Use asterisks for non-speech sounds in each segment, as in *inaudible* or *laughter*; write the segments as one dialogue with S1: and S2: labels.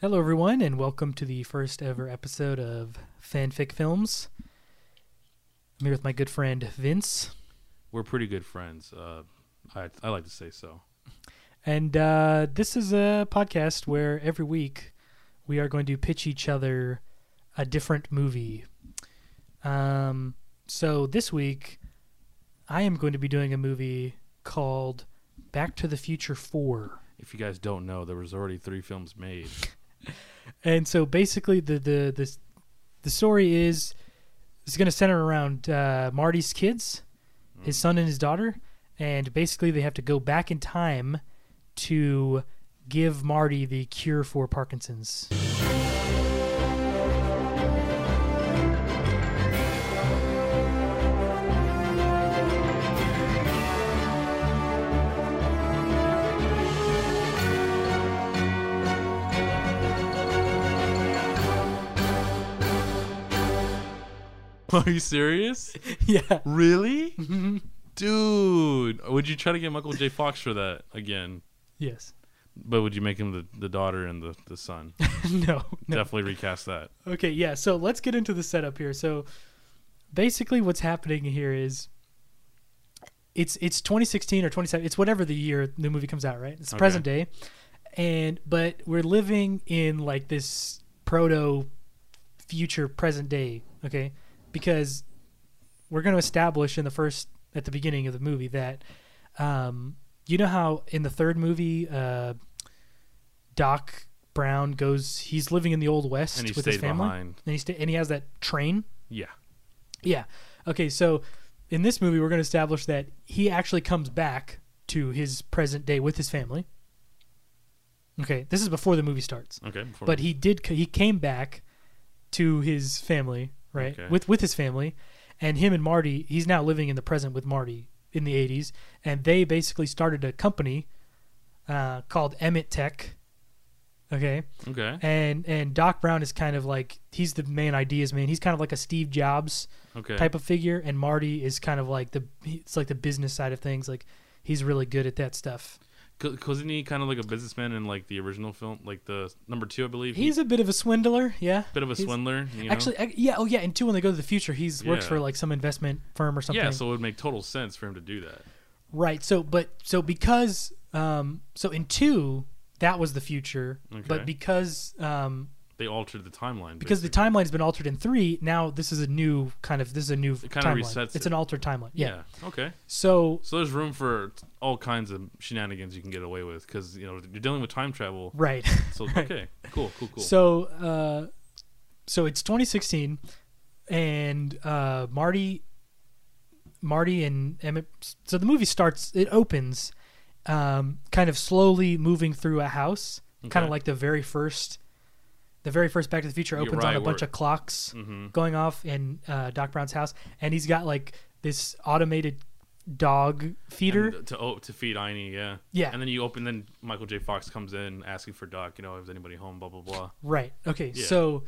S1: Hello, everyone, and welcome to the first ever episode of Fanfic Films. I'm here with my good friend Vince,
S2: We're pretty good friends. Uh, I I like to say so.
S1: and uh, this is a podcast where every week we are going to pitch each other a different movie. Um, so this week, I am going to be doing a movie called Back to the Future 4.
S2: If you guys don't know, there was already three films made. *laughs*
S1: and so basically the the the, the story is is going to center around uh, Marty's kids, his son and his daughter, and basically they have to go back in time to give Marty the cure for Parkinson's.
S2: Are you serious?
S1: yeah.
S2: Really? Dude, would you try to get Michael J. Fox for that again?
S1: *laughs* Yes. *laughs*
S2: But would you make him the, the daughter and the, the son?
S1: no. *laughs* No.
S2: Definitely recast that.
S1: Okay, yeah. So let's get into the setup here. So basically, what's happening here is it's it's 2016 or 27. It's whatever the year the movie comes out, right? It's the
S2: Okay.
S1: present day, and but we're living in like this proto future present day. Okay, because we're going to establish in the first at the beginning of the movie that um, you know how in the third movie uh, Doc Brown goes he's living in the old west
S2: And he
S1: with his
S2: stayed
S1: family
S2: behind.
S1: and he sta- and he has that train.
S2: Yeah.
S1: Yeah. Okay, so in this movie we're going to establish that he actually comes back to his present day with his family. Okay, this is before the movie starts.
S2: Okay. Before
S1: But he did c- he came back to his family, right?
S2: Okay.
S1: With with his family and him and Marty, he's now living in the present with Marty in the 80s and they basically started a company uh, called Emmett Tech. Okay
S2: okay.
S1: and and Doc Brown is kind of like he's the main ideas man. He's kind of like a Steve Jobs
S2: Okay.
S1: type of figure, and Marty is kind of like the it's like the business side of things. Like he's really good at that stuff.
S2: Because isn't he kind of like a businessman in like the original film, like the number two, I believe?
S1: He's a bit of a swindler, yeah.
S2: a bit of a
S1: he's-
S2: swindler. You know?
S1: Actually, ac- yeah, oh yeah, and two when they go to the future, he's works
S2: Yeah.
S1: for like some investment firm or something.
S2: yeah, so it would make total sense for him to do that.
S1: Right. So, but so because um, so in two that was the future,
S2: Okay.
S1: but because um,
S2: They altered the timeline.
S1: because the
S2: basically.
S1: timeline's been altered in three, now this is a new kind of this is a new
S2: kinda
S1: timeline.
S2: resets
S1: it's
S2: it.
S1: an altered timeline. yeah.
S2: yeah. Okay.
S1: So
S2: So there's room for t- all kinds of shenanigans you can get away with because you know you're dealing with time travel.
S1: Right. *laughs*
S2: So
S1: Right.
S2: okay, cool, cool, cool.
S1: So uh, so it's 2016, and uh, Marty, Marty and Emmett. So the movie starts. It opens, um, kind of slowly moving through a house, kind
S2: Okay.
S1: of like the very first, the very first Back to the Future
S2: You're
S1: opens on
S2: right,
S1: a bunch
S2: we're-
S1: of clocks
S2: hmm
S1: going off in uh, Doc Brown's house, and he's got like this automated dog feeder.
S2: to oh, to feed Einie, yeah,
S1: Yeah.
S2: And then you open, then Michael J. Fox comes in asking for Doc. You know, is anybody home? Blah blah blah.
S1: right. Okay.
S2: Yeah.
S1: So.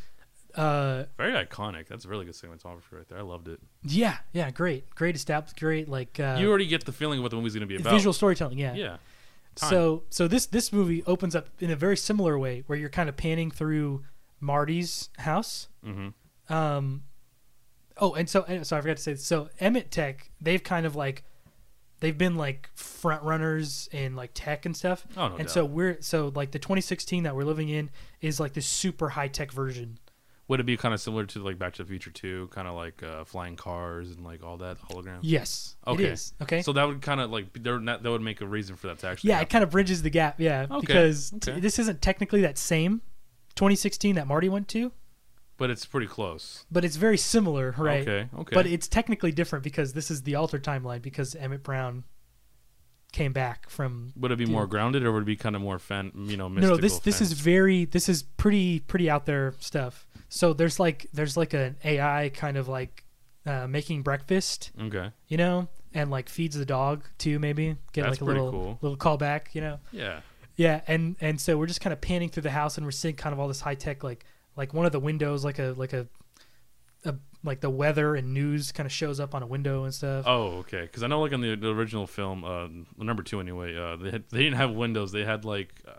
S1: Uh,
S2: Very iconic. That's a really good cinematography right there. I loved it.
S1: Yeah, yeah, great, great established, great like uh,
S2: you already get the feeling of what the movie's gonna be about.
S1: visual storytelling. Yeah.
S2: yeah. time.
S1: So, so this this movie opens up in a very similar way, where you're kind of panning through Marty's house.
S2: Mm-hmm.
S1: Um, oh, and so and so I forgot to say. This. So Emmett Tech, they've kind of like they've been like front runners in like tech and stuff.
S2: Oh no
S1: and
S2: doubt.
S1: so we're so like the 2016 that we're living in is like this super high tech version.
S2: Would it be kind of similar to like Back to the Future Two, kind of like uh, flying cars and like all that hologram?
S1: Yes,
S2: Okay.
S1: it is. Okay.
S2: So that would kind of like there would not- that would make a reason for that to actually.
S1: yeah, it
S2: happen.
S1: kind of bridges the gap. Yeah,
S2: Okay,
S1: because t-
S2: okay.
S1: this isn't technically that same 2016 that Marty went to,
S2: but it's pretty close.
S1: but it's very similar, right?
S2: Okay. Okay.
S1: But it's technically different because this is the altered timeline because Emmett Brown came back from.
S2: Would it be
S1: Yeah.
S2: more grounded, or would it be kind of more fan, you know,
S1: no,
S2: mystical?
S1: no, this this is very this is pretty pretty out there stuff. So there's like there's like an AI kind of like uh, making breakfast,
S2: is okay.
S1: you know, and like feeds the dog too. Maybe get
S2: That's
S1: like a
S2: pretty
S1: little
S2: cool.
S1: little callback, you know.
S2: Yeah,
S1: Yeah, and and so we're just kind of panning through the house, and we're seeing kind of all this high tech, like like one of the windows, like a like a, a like the weather and news kind of shows up on a window and stuff.
S2: Oh, okay. Because I know, like on the, the original film, uh, number two anyway, uh, they had, they didn't have windows. They had like uh,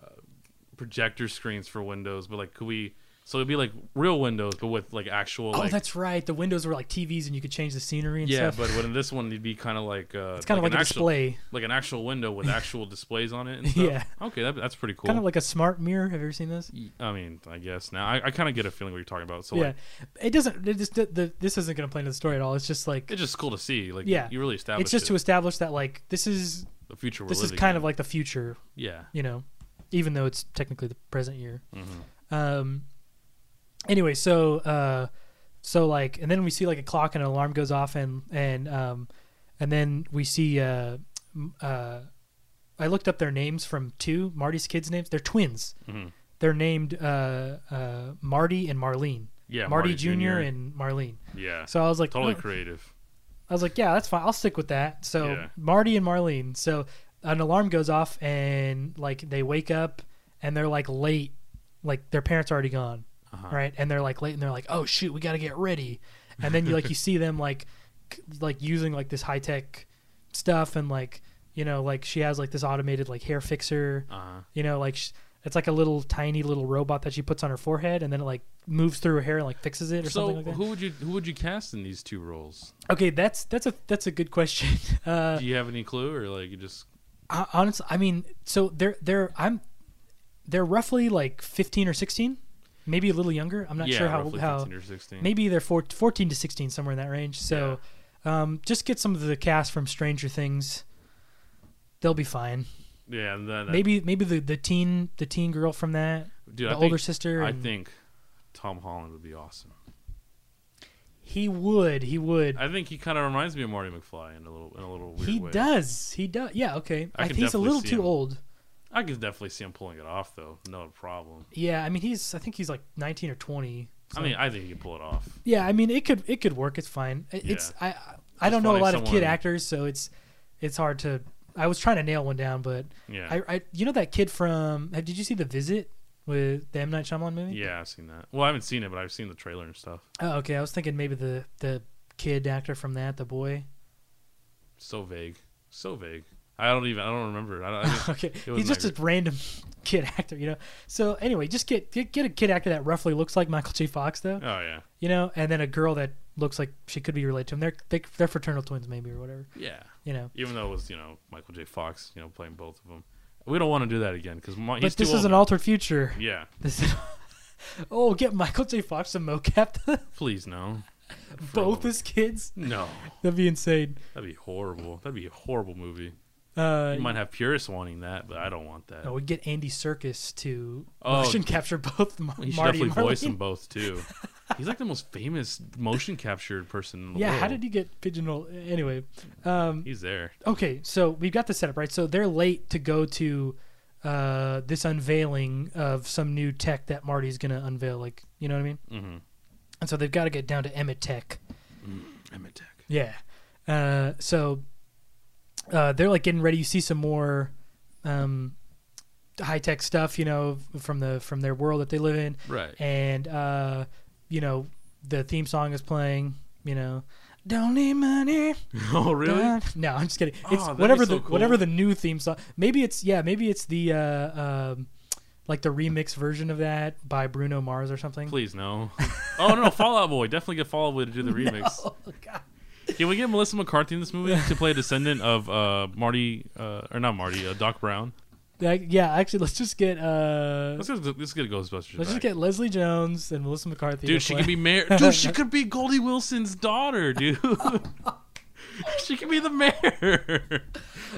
S2: projector screens for Windows, but like could we? So it'd be like real Windows, but with like actual.
S1: oh,
S2: like,
S1: that's right. The windows were like TVs, and you could change the scenery and
S2: yeah,
S1: stuff.
S2: but when in this one, it'd be kind of like uh,
S1: it's kind of like,
S2: an
S1: a
S2: actual,
S1: display,
S2: like an actual
S1: *laughs*
S2: window with actual displays on it. And stuff.
S1: Yeah.
S2: Okay, that, that's pretty cool.
S1: kind of like a smart mirror. Have you ever seen those?
S2: Y- I mean, I guess now I, I kind of get a feeling what you're talking about. So
S1: yeah,
S2: like,
S1: it doesn't. It just, the, the, this isn't going to play into the story at all. It's just like
S2: it's just cool to see. Like,
S1: Yeah.
S2: you really establish
S1: it's just to establish that like this is
S2: the future. We're
S1: this is
S2: living
S1: kind
S2: in.
S1: of like the future,
S2: yeah.
S1: you know, even though it's technically the present year.
S2: Mhm.
S1: Um. Anyway, so uh, so like, and then we see like a clock and an alarm goes off, and and um, and then we see uh, m- uh, I looked up their names from two Marty's kids' names. They're twins.
S2: Mhm.
S1: They're named uh, uh, Marty and Marlene.
S2: Yeah,
S1: Marty,
S2: Marty
S1: Jr.
S2: Jr.
S1: and Marlene.
S2: Yeah,
S1: So I was like,
S2: totally
S1: "Oh."
S2: creative.
S1: I was like, yeah, that's fine. I'll stick with that. So
S2: Yeah.
S1: Marty and Marlene. So an alarm goes off and like they wake up and they're like late, like their parents are already gone,
S2: Uh-huh.
S1: right? And they're like late and they're like, oh shoot, we gotta get ready. And then you like
S2: *laughs*
S1: you see them like c- like using like this high tech stuff and like you know like she has like this automated like hair fixer,
S2: Uh-huh.
S1: you know like. Sh- it's like a little tiny little robot that she puts on her forehead, and then it like moves through her hair and like fixes it or
S2: So
S1: something like that.
S2: who would you who would you cast in these two roles?
S1: okay, that's that's a that's a good question. *laughs* Uh,
S2: Do you have any clue, or like you just
S1: I, honestly, I mean, so they're they're I'm they're roughly like 15 or 16, maybe a little younger. I'm not
S2: yeah,
S1: sure how
S2: roughly
S1: how
S2: 15 or 16.
S1: maybe they're four, 14 to 16 somewhere in that range. So um, just get some of the cast from Stranger Things. They'll be fine.
S2: yeah, and then uh,
S1: Maybe maybe the, the teen the teen girl from that,
S2: dude,
S1: the
S2: I
S1: older
S2: think,
S1: sister.
S2: I
S1: and-
S2: think Tom Holland would be awesome.
S1: he would he would
S2: I think he kind of reminds me of Marty McFly in a little in a little weird
S1: he
S2: way.
S1: does he does yeah okay.
S2: I
S1: I
S2: can
S1: he's a
S2: definitely
S1: little
S2: see
S1: too
S2: him.
S1: old.
S2: I can definitely see him pulling it off though, no problem.
S1: Yeah, I mean he's I think he's like 19 or 20.
S2: I mean, I think he can pull it off.
S1: Yeah, I mean it could it could work. It's fine. It- It's I I- I
S2: Just
S1: don't know a
S2: finding
S1: lot of kid
S2: someone-
S1: actors, so it's it's hard to. I was trying to nail one down, but
S2: Yeah,
S1: I, I you know that kid from uh, did you see the visit with the M Night Shyamalan movie?
S2: yeah, I've seen that. Well, I haven't seen it, but I've seen the trailer and stuff.
S1: Oh, okay. I was thinking maybe the the kid actor from that, the boy. *laughs*
S2: So vague, so vague. I don't even I don't remember. I don't, I
S1: *laughs*
S2: just,
S1: okay,
S2: wasn't
S1: he's
S2: that
S1: just a random *laughs* kid actor, you know. So anyway, just get, get get a kid actor that roughly looks like Michael J. Fox, though,
S2: oh yeah,
S1: you know, and then a girl that looks like she could be related to him. They're they, they're fraternal twins, maybe or whatever,
S2: yeah.
S1: you know.
S2: even though it was you know Michael J. Fox, you know playing both of them. We don't want to do that again because Ma- he's
S1: but this
S2: too
S1: is
S2: old.
S1: an altered future.
S2: yeah,
S1: This is, *laughs* oh, get Michael J. Fox to mocap the,
S2: please no. For
S1: both
S2: the-
S1: his kids.
S2: no,
S1: That'd be insane.
S2: that'd be horrible. That'd be a horrible movie.
S1: Uh,
S2: You might have purists wanting that, but I don't want that.
S1: no, we'd get Andy Circus to
S2: Oh,
S1: motion capture both Mar-
S2: he should
S1: Marty and
S2: definitely voice them
S1: Marlene.
S2: both too.
S1: *laughs*
S2: he's like the most famous motion captured person in the
S1: Yeah,
S2: world.
S1: how did he get pigeonholed? Anyway, um,
S2: He's there.
S1: okay, so we've got the setup right. So they're late to go to uh, this unveiling of some new tech that Marty's gonna unveil. Like, you know what I mean?
S2: Mm-hmm.
S1: And so they've got to get down to Emmett Tech.
S2: Emmett Tech.
S1: Yeah. Uh, so uh, they're like getting ready. You see some more um, high tech stuff, you know, from the from their world that they live in,
S2: Right.
S1: and uh, you know, the theme song is playing. You know, don't need money.
S2: *laughs* oh really? Oh,
S1: Dun- *laughs* No, I'm just kidding. It's
S2: that'd be
S1: whatever
S2: so
S1: the
S2: cool.
S1: whatever the new theme song. Maybe it's yeah. Maybe it's the uh, um, like the remix version of that by Bruno Mars or something.
S2: Please no. Oh no, Fallout Boy. Definitely get Fallout Boy to
S1: *laughs*
S2: do the remix.
S1: Oh God.
S2: Can we get Melissa McCarthy in this movie to play a descendant of uh, Marty, uh, or not Marty, uh, Doc Brown?
S1: Like, yeah, actually, let's just get uh,
S2: Let's get, let's get Ghostbusters.
S1: Let's
S2: back.
S1: just get Leslie Jones and Melissa McCarthy.
S2: dude,
S1: to
S2: she
S1: play.
S2: could be mayor.
S1: *laughs*
S2: Dude, she could be Goldie Wilson's daughter, dude. *laughs* she could be the mayor.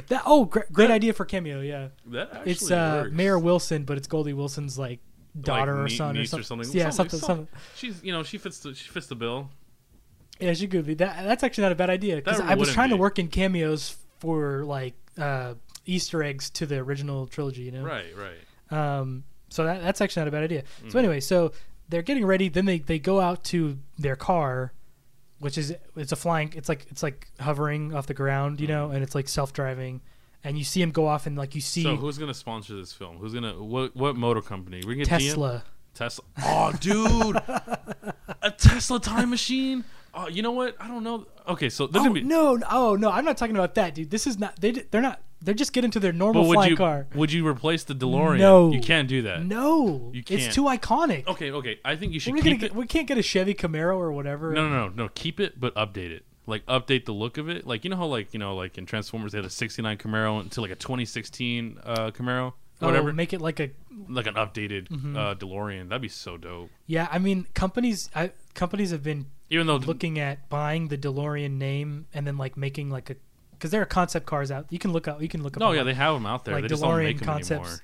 S1: that. Oh, gr- great idea for cameo. Yeah,
S2: That actually
S1: it's uh,
S2: works.
S1: Mayor Wilson, but it's Goldie Wilson's like daughter
S2: Like,
S1: or
S2: nie-
S1: son
S2: niece
S1: or
S2: or
S1: something.
S2: something.
S1: Yeah,
S2: Something-
S1: something,
S2: something.
S1: something,
S2: She's, you know, she fits the she fits the bill.
S1: Yeah, she could be. That that's actually not a bad idea because
S2: That
S1: I was
S2: wouldn't
S1: trying to
S2: be.
S1: work in cameos for like uh, Easter eggs to the original trilogy. You know,
S2: Right, right.
S1: Um, so that, that's actually not a bad idea.
S2: Mm.
S1: So anyway, so they're getting ready. Then they, they go out to their car, which is it's a flying. It's like it's like hovering off the ground, you
S2: Mm.
S1: know, and it's like self driving. And you see him go off, and like you see
S2: So who's gonna sponsor this film? Who's gonna what what motor company? We can get GM?
S1: Tesla.
S2: Tesla. Oh, dude, a Tesla time machine. Oh, you know what? I don't know. Okay, so there's
S1: Oh
S2: gonna be
S1: no! no, Oh no! I'm not talking about that, dude. This is not. They di- they're not They're just getting to their
S2: But
S1: normal
S2: would
S1: flying
S2: you
S1: car.
S2: would you replace the DeLorean?
S1: No.
S2: you can't do that.
S1: No,
S2: You
S1: it's
S2: can't.
S1: too iconic.
S2: Okay, okay. I think you should
S1: We're gonna
S2: keep
S1: get,
S2: it.
S1: we can't get a Chevy Camaro or whatever.
S2: No, no, no, no. Keep it, but update it. Like update the look of it. Like you know how like you know like in Transformers they had a '69 Camaro into like a 2016 uh,
S1: Oh,
S2: Camaro,
S1: Mm-hmm.
S2: whatever.
S1: make it like a
S2: like an updated uh, DeLorean. That'd be so dope.
S1: yeah. I mean, companies I, companies have been
S2: Even though
S1: looking at buying the DeLorean name and then like making like a because there are concept cars out. You can look up. You can look up.
S2: no, Oh, yeah,
S1: online.
S2: they have them out there.
S1: like
S2: they just don't make
S1: DeLorean
S2: them
S1: concepts.
S2: anymore.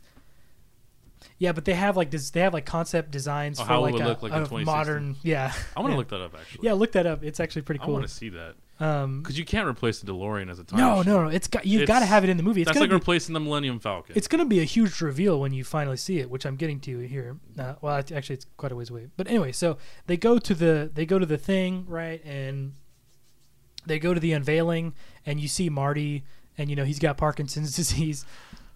S1: Yeah, but they have like this. They have like concept designs
S2: Oh,
S1: for
S2: how it
S1: like
S2: would
S1: a,
S2: look like in
S1: a
S2: 2016.
S1: modern. Yeah,
S2: I want to
S1: yeah.
S2: look that up actually.
S1: Yeah, look that up. It's actually pretty
S2: I
S1: cool.
S2: want to see that
S1: Um,
S2: because you can't replace the DeLorean as a time.
S1: no,
S2: machine.
S1: no, no. It's got you've
S2: It's-
S1: got to have it in the movie. It's
S2: That's
S1: gonna
S2: like
S1: be,
S2: replacing the Millennium Falcon.
S1: it's gonna be a huge reveal when you finally see it, which I'm getting to here. Uh, well, act- actually, it's quite a ways away. But anyway, so they go to the they go to the thing right, and they go to the unveiling, and you see Marty, and you know he's got Parkinson's *laughs* disease.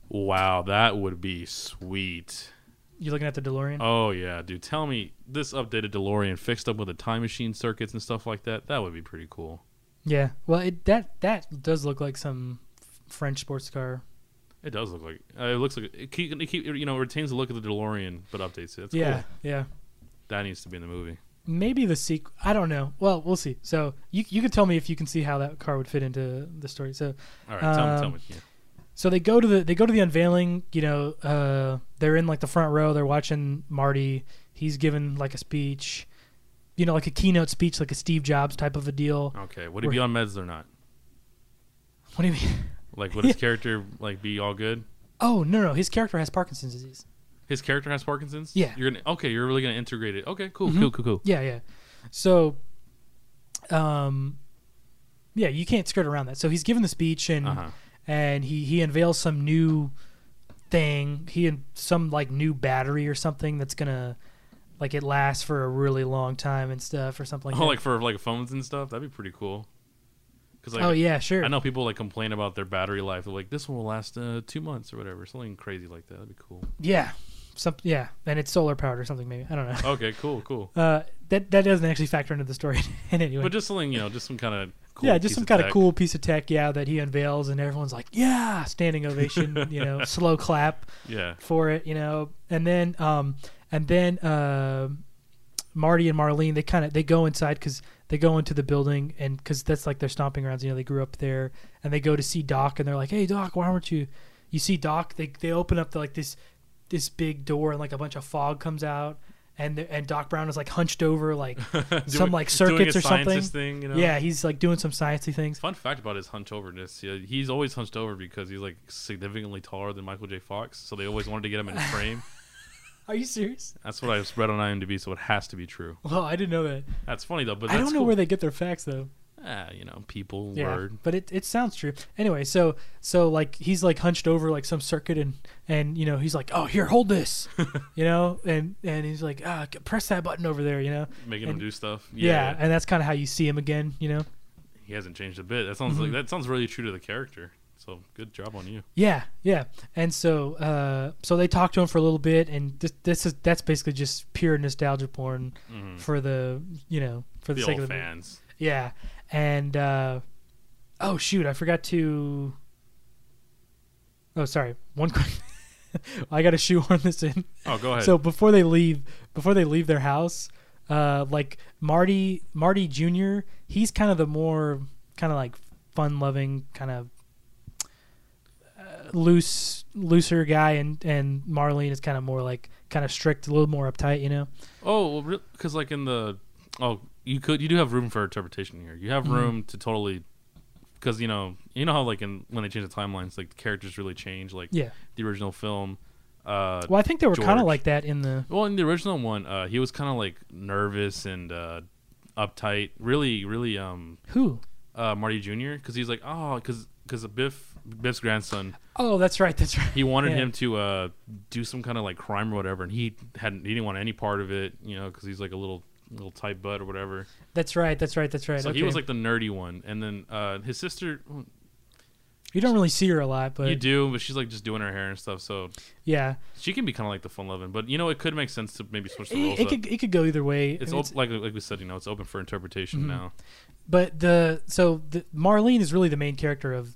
S2: wow, that would be sweet.
S1: You're looking at the DeLorean.
S2: Oh yeah, dude. Tell me this updated DeLorean fixed up with the time machine circuits and stuff like that. That would be pretty cool.
S1: Yeah, well, it that that does look like some f- French sports car.
S2: It does look like uh, it looks like it keep, it keep you know retains the look of the DeLorean but updates it. That's
S1: yeah,
S2: cool.
S1: yeah.
S2: That needs to be in the movie.
S1: Maybe the sequel. I don't know. Well, we'll see. So you you can tell me if you can see how that car would fit into the story. So
S2: All right, tell me, tell
S1: Um,
S2: me. Yeah.
S1: so they go to the they go to the unveiling. You know, uh, they're in like the front row. They're watching Marty. He's giving like a speech. You know, like a keynote speech, like a Steve Jobs type of a deal.
S2: Okay, would he be on meds or not?
S1: What do you mean? *laughs*
S2: Like, would his character like be all good?
S1: Oh no, no, his character has Parkinson's disease.
S2: His character has Parkinson's.
S1: Yeah.
S2: You're gonna okay. You're really gonna integrate it. Okay. Cool.
S1: Mhm.
S2: Cool. Cool. Cool.
S1: Yeah, yeah. So, um, yeah, you can't skirt around that. So he's given the speech and
S2: Uh huh.
S1: and he he unveils some new thing. He and some like new battery or something that's gonna like it lasts for a really long time and stuff or something like that.
S2: Oh, *laughs* like for like phones and stuff. That'd be pretty cool. Because like,
S1: oh yeah, sure.
S2: I know people like complain about their battery life. They're like, this one will last uh, two months or whatever. Something crazy like that. That'd be cool.
S1: Yeah, some yeah, and it's solar powered or something maybe. I don't know.
S2: Okay. Cool. Cool.
S1: Uh, that that doesn't actually factor into the story *laughs* in any way.
S2: But just something you know, just some kind of cool
S1: yeah, just
S2: piece
S1: some kind
S2: tech.
S1: of cool piece of tech, yeah, that he unveils, and everyone's like, "Yeah!" Standing
S2: *laughs*
S1: ovation, you know, slow clap.
S2: Yeah. *laughs*
S1: for it, you know. And then um and then uh, Marty and Marlene they kind of they go inside cuz they go into the building and cuz that's like their stomping grounds, you know, they grew up there and they go to see Doc and they're like, "Hey Doc, why aren't you you see Doc, they they open up the, like this this big door and like a bunch of fog comes out and the, and Doc Brown is like hunched over like some
S2: *laughs* Doing-
S1: like
S2: doing
S1: circuits
S2: a
S1: or something.
S2: scientist Thing, you know?
S1: Yeah, he's like doing some sciencey things.
S2: Fun fact about his hunch overness, yeah, he's always hunched over because he's like significantly taller than Michael J. Fox, so they always wanted to
S1: *laughs*
S2: get him in frame.
S1: Are you serious? *laughs*
S2: That's what I read on IMDb, so it has to be true.
S1: Well, I didn't know that.
S2: That's funny though, but
S1: I
S2: that's
S1: don't know
S2: cool.
S1: where they get their facts though.
S2: ah, you know, people
S1: Yeah,
S2: word.
S1: but it, it sounds true. Anyway, so so like he's like hunched over like some circuit and and you know he's like oh here hold this,
S2: *laughs*
S1: you know and and he's like ah c- press that button over there you know
S2: making him
S1: and-
S2: do stuff.
S1: yeah, and that's kind of how you see him again you know
S2: he hasn't changed a bit. That sounds
S1: Mm-hmm.
S2: like that sounds really true to the character. So good job on you.
S1: yeah yeah and so uh so they talk to him for a little bit and this this is that's basically just pure nostalgia porn
S2: Mhm.
S1: for the you know for the,
S2: The
S1: sake
S2: old
S1: of the movie.
S2: fans.
S1: Yeah. And uh oh shoot, I forgot to Oh, sorry. One quick *laughs* I got to shoehorn this in.
S2: Oh, go ahead.
S1: So before they leave, before they leave their house, uh like Marty Marty Jr., he's kind of the more kind of like fun-loving kind of uh, loose looser guy and and Marlene is kind of more like kind of strict, a little more uptight, you know.
S2: oh, because like in the oh, you could you do have room for interpretation here. You
S1: Mm-hmm.
S2: have room to totally because you know you know how like in when they change the timelines, like the characters really change. Like
S1: Yeah.
S2: the original film. Uh,
S1: Well, I think they were kind
S2: George.
S1: of like that in the
S2: Well, in the original one, uh, he was kind of like nervous and uh, uptight. Really, really, um,
S1: Who?
S2: uh, Marty Jr. Because he's like, oh, because because Biff Biff's grandson,
S1: Oh, that's right. That's right.
S2: he wanted
S1: Yeah.
S2: him to uh, do some kind of like crime or whatever, and he hadn't he didn't want any part of it, you know, because he's like a little little tight butt or whatever.
S1: That's right. That's right. That's right.
S2: so
S1: okay.
S2: he was like the nerdy one, and then uh, his sister,
S1: you don't really see her a lot, but
S2: you do, but she's like just doing her hair and stuff, so
S1: yeah,
S2: she can be kind of like the fun loving. But you know, it could make sense to maybe switch the roles.
S1: it, it
S2: up.
S1: could it could go either way.
S2: it's,
S1: I mean,
S2: op- like like we said, you know, it's open for interpretation
S1: Mhm.
S2: now.
S1: but the so the, Marlene is really the main character of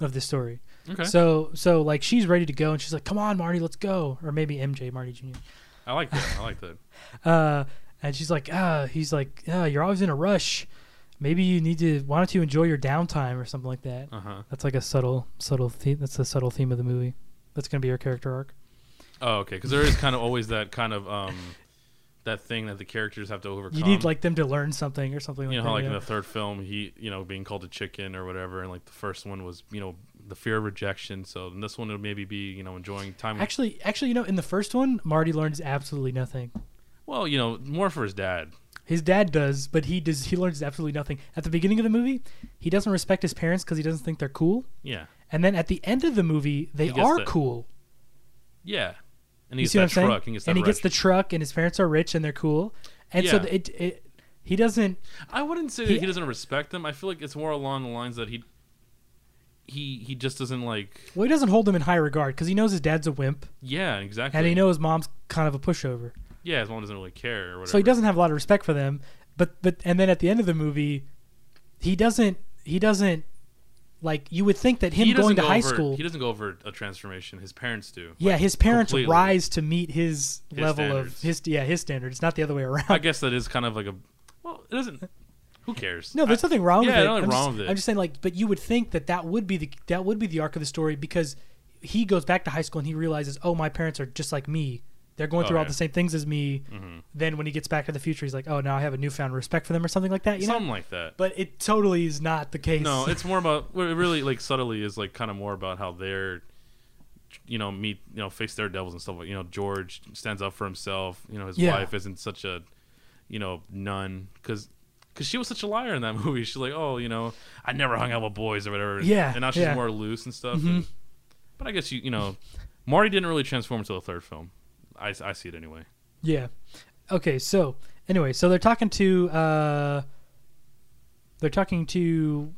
S1: of this story.
S2: Okay.
S1: So so like she's ready to go and she's like, "Come on, Marty, let's go." Or maybe MJ Marty Jr.
S2: I like that. I like that.
S1: Uh, and she's like, "Ah," he's like, "Ah, you're always in a rush. Maybe you need to why don't you enjoy your downtime or something like that."
S2: Uh huh.
S1: That's like a subtle subtle theme. That's a subtle theme of the movie. That's gonna be her character arc.
S2: Oh, okay. Because there is kind of always that kind of um, that thing that the characters have to overcome.
S1: You need like them to learn something or something like
S2: you know
S1: that.
S2: how like in
S1: yeah.
S2: the third film he you know being called a chicken or whatever, and like the first one was you know the fear of rejection. So in this one it'll maybe be you know enjoying time. with-
S1: Actually, actually, you know, in the first one, Marty learns absolutely nothing.
S2: well, you know more for his dad.
S1: His dad does, but he does. He learns absolutely nothing. At the beginning of the movie, he doesn't respect his parents because he doesn't think they're cool.
S2: Yeah,
S1: And then at the end of the movie, they
S2: He gets
S1: are
S2: the-
S1: cool.
S2: yeah. And he
S1: You
S2: gets
S1: see what I'm
S2: that
S1: saying?
S2: truck. And, gets that
S1: and he gets the
S2: wrench.
S1: truck, and his parents are rich, and they're cool. And so
S2: Yeah.
S1: th- it, it, he doesn't.
S2: I wouldn't say
S1: he-
S2: that he doesn't respect them. I feel like it's more along the lines that he he he just doesn't like.
S1: Well, he doesn't hold them in high regard because he knows his dad's a wimp,
S2: Yeah, exactly.
S1: and he knows his mom's kind of a pushover.
S2: Yeah, his mom doesn't really care or whatever.
S1: So he doesn't have a lot of respect for them. But but and then at the end of the movie, he doesn't. He doesn't. Like you would think that him
S2: He doesn't
S1: going to
S2: go
S1: high
S2: over-
S1: school.
S2: He doesn't go over a transformation. His parents do.
S1: Yeah,
S2: Like,
S1: his parents
S2: completely.
S1: rise to meet his,
S2: His
S1: level of
S2: standards.
S1: his yeah his standards, not the other way around.
S2: I guess that is kind of like a. Well, it doesn't. Who
S1: *laughs*
S2: cares?
S1: no, there's
S2: I-
S1: nothing wrong with
S2: yeah,
S1: it.
S2: nothing
S1: I'm
S2: wrong
S1: just,
S2: with it.
S1: I'm just saying like, but you would think that that would be the that would be the arc of the story because he goes back to high school and he realizes, oh, my parents are just like me. They're going
S2: Oh,
S1: through all
S2: yeah.
S1: the same things as me.
S2: Mhm.
S1: Then when he gets back to the future, he's like, oh, now I have a newfound respect for them or something like that. You know,
S2: Something like that.
S1: but it totally is not the case. *laughs*
S2: No, it's more about. well, It really like subtly is like kind of more about how they're, you know, meet you know face their devils and stuff. like You know, George stands up for himself. You know, his
S1: Yeah.
S2: wife isn't such a, you know, nun because. Cause she was such a liar in that *laughs* movie. She's like, oh, you know, I never hung out with boys or whatever.
S1: Yeah,
S2: and now she's
S1: yeah.
S2: more loose and stuff.
S1: Mhm.
S2: and- but I guess you, you know, Marty didn't really transform until the third film. I, I see it anyway.
S1: Yeah. Okay, so anyway, so they're talking to uh they're talking to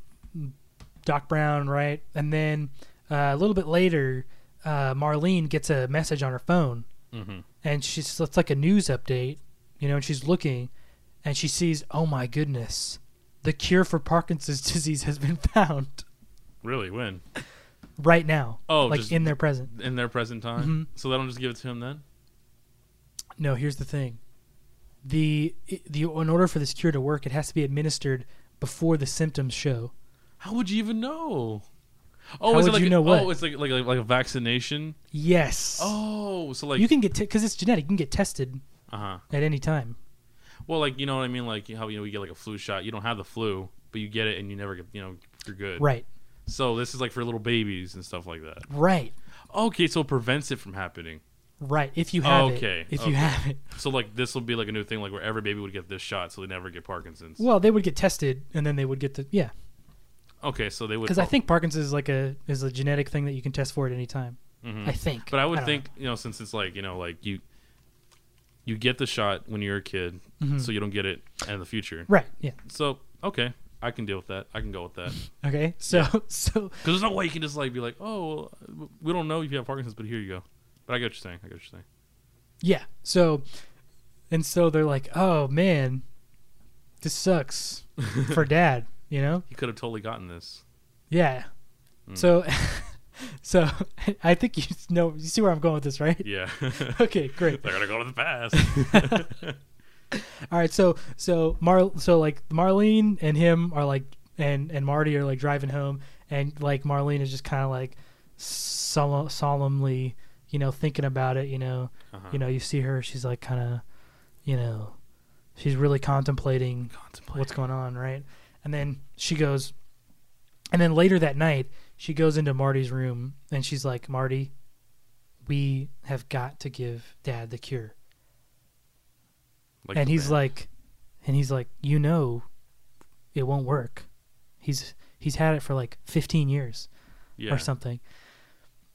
S1: Doc Brown, right? And then uh, a little bit later, uh Marlene gets a message on her phone
S2: hmm
S1: and she's it's like a news update, you know, and she's looking and she sees, "Oh my goodness. The cure for Parkinson's *laughs* disease has been found
S2: Really, when
S1: right now."
S2: Oh,
S1: like
S2: just-
S1: in their present.
S2: in their present time,
S1: Mhm.
S2: so they don't just give it to him then.
S1: No, here's the thing. The the in order for this cure to work, it has to be administered before the symptoms show.
S2: How would you even know? Oh,
S1: How
S2: is
S1: would
S2: it like
S1: you
S2: a-
S1: know what?
S2: Oh, it's like like like, like a vaccination.
S1: Yes.
S2: Oh, so like
S1: you can get because it's genetic. You can get tested
S2: uh huh.
S1: at any time.
S2: Well, like you know what I mean. Like how you know you get like a flu shot. You don't have the flu, but you get it and you never get you know you're good.
S1: Right.
S2: So this is like for little babies and stuff like that.
S1: Right.
S2: Okay, so it prevents it from happening.
S1: Right. If you have
S2: Okay,
S1: it. If
S2: okay.
S1: you have it.
S2: So like this will be like a new thing, like where every baby would get this shot, so they never get Parkinson's.
S1: Well, they would get tested and then they would get the yeah.
S2: Okay, so they would. oh,
S1: Because I think Parkinson's is like a is a genetic thing that you can test for at any time.
S2: Mhm.
S1: I think.
S2: But I would
S1: don't
S2: think you know since it's like you know like you you get the shot when you're a kid,
S1: Mhm.
S2: so you don't get it in the future.
S1: know. Right. Yeah.
S2: So okay, I can deal with that. I can go with that
S1: Okay. So *laughs* so
S2: because there's no way you can just like be like, oh, well, we don't know if you have Parkinson's, but here you go. But I get what you're saying. I get what you're saying.
S1: Yeah. So, and so they're like, oh man, this sucks for dad, you know?
S2: He could have totally gotten this.
S1: Yeah.
S2: Mm.
S1: So, *laughs* so *laughs* I think you know, you see where I'm going with this, right?
S2: Yeah,
S1: *laughs*
S2: *laughs*
S1: Okay, great.
S2: they're gonna go to the
S1: *laughs*
S2: past. *laughs* Uh-huh.
S1: All right. So, so Mar, so like Marlene and him are like, and, and Marty are like driving home and like Marlene is just kind of like sol- solemnly, you know, thinking about it, you know,
S2: Uh-huh.
S1: you know, you see her, she's like kind of, you know, she's really contemplating
S2: Contemplate.
S1: what's going on, right? And then she goes, and then later that night, she goes into Marty's room and she's like, Marty, we have got to give dad the cure.
S2: Like
S1: and
S2: the
S1: he's
S2: man.
S1: like, and he's like, you know, it won't work. He's, he's had it for like 15 years
S2: yeah.
S1: or something.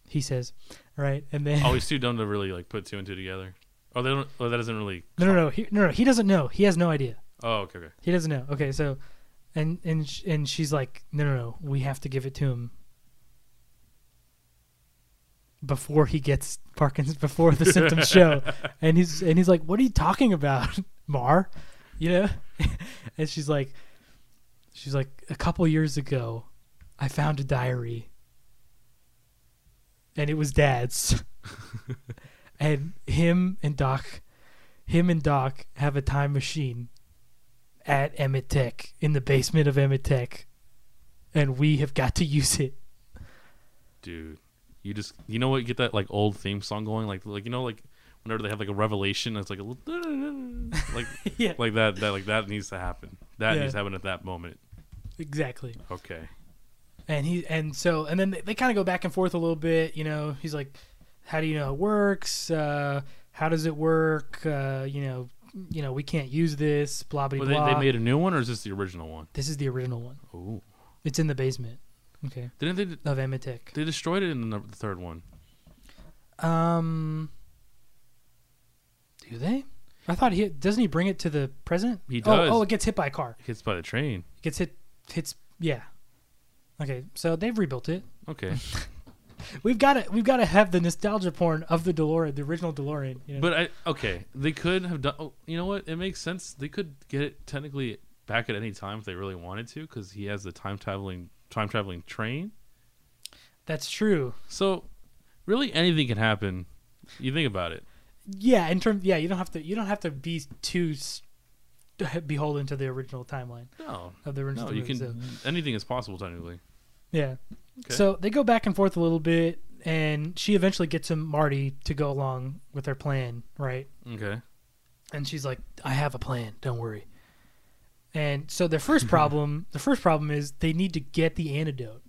S1: He says, right? And then,
S2: Oh, he's too dumb to really like put two and two together. Oh, they don't. Oh, that doesn't really.
S1: *laughs* no, no, no, he, no, no, he doesn't know. He has no idea.
S2: Oh, okay, okay.
S1: He doesn't know. Okay, so, and and sh- and she's like, no, no, no, we have to give it to him before he gets Parkinson's, before the symptoms show. And he's and he's like, what are you talking about, *laughs* Mar? You know? *laughs* and she's like, she's like, a couple years ago, I found a diary, and it was dad's. and him and Doc, him and Doc have a time machine at Emmett Tech in the basement of Emmett Tech, and we have got to use
S2: *laughs*
S1: it.
S2: dude. You just you know what? You get that like old theme song going, like like you know like whenever they have like a revelation, it's like a little *laughs* like
S1: yeah,
S2: like that that like that needs to happen. That
S1: Yeah.
S2: needs to happen at that moment.
S1: exactly.
S2: Okay.
S1: and he and so and then they, they kind of go back and forth a little bit you know he's like how do you know how it works uh, how does it work uh, you know you know we can't use this blah blah
S2: Well,
S1: blah
S2: they, they made a new one, or is this the original one?
S1: this is the original one
S2: Oh,
S1: it's in the basement okay
S2: didn't they?
S1: of Emmett Tech.
S2: They destroyed it in the, the third one.
S1: um do they I thought he doesn't he bring it to the present
S2: He
S1: Oh,
S2: does.
S1: oh it gets hit by a car
S2: Hits by the train.
S1: it gets hit hits yeah okay so they've rebuilt it
S2: Okay,
S1: We've got to we've got to have the nostalgia porn of the DeLorean, the original DeLorean. You know?
S2: but I okay. They could have done. Oh, you know what? It makes sense. They could get it technically back at any time if they really wanted to, because he has the time traveling time traveling train.
S1: that's true.
S2: So, really, anything can happen. You think about it.
S1: Yeah, in terms yeah, you don't have to you don't have to be too s- *laughs* beholden to the original timeline
S2: No,
S1: of the original.
S2: no, you
S1: movie,
S2: can.
S1: so-
S2: Anything is possible technically.
S1: yeah.
S2: Okay.
S1: So they go back and forth a little bit, and she eventually gets him Marty to go along with her plan, right?
S2: Okay.
S1: And she's like, "I have a plan. Don't worry." And so their
S2: *laughs*
S1: first problem, the first problem is they need to get the antidote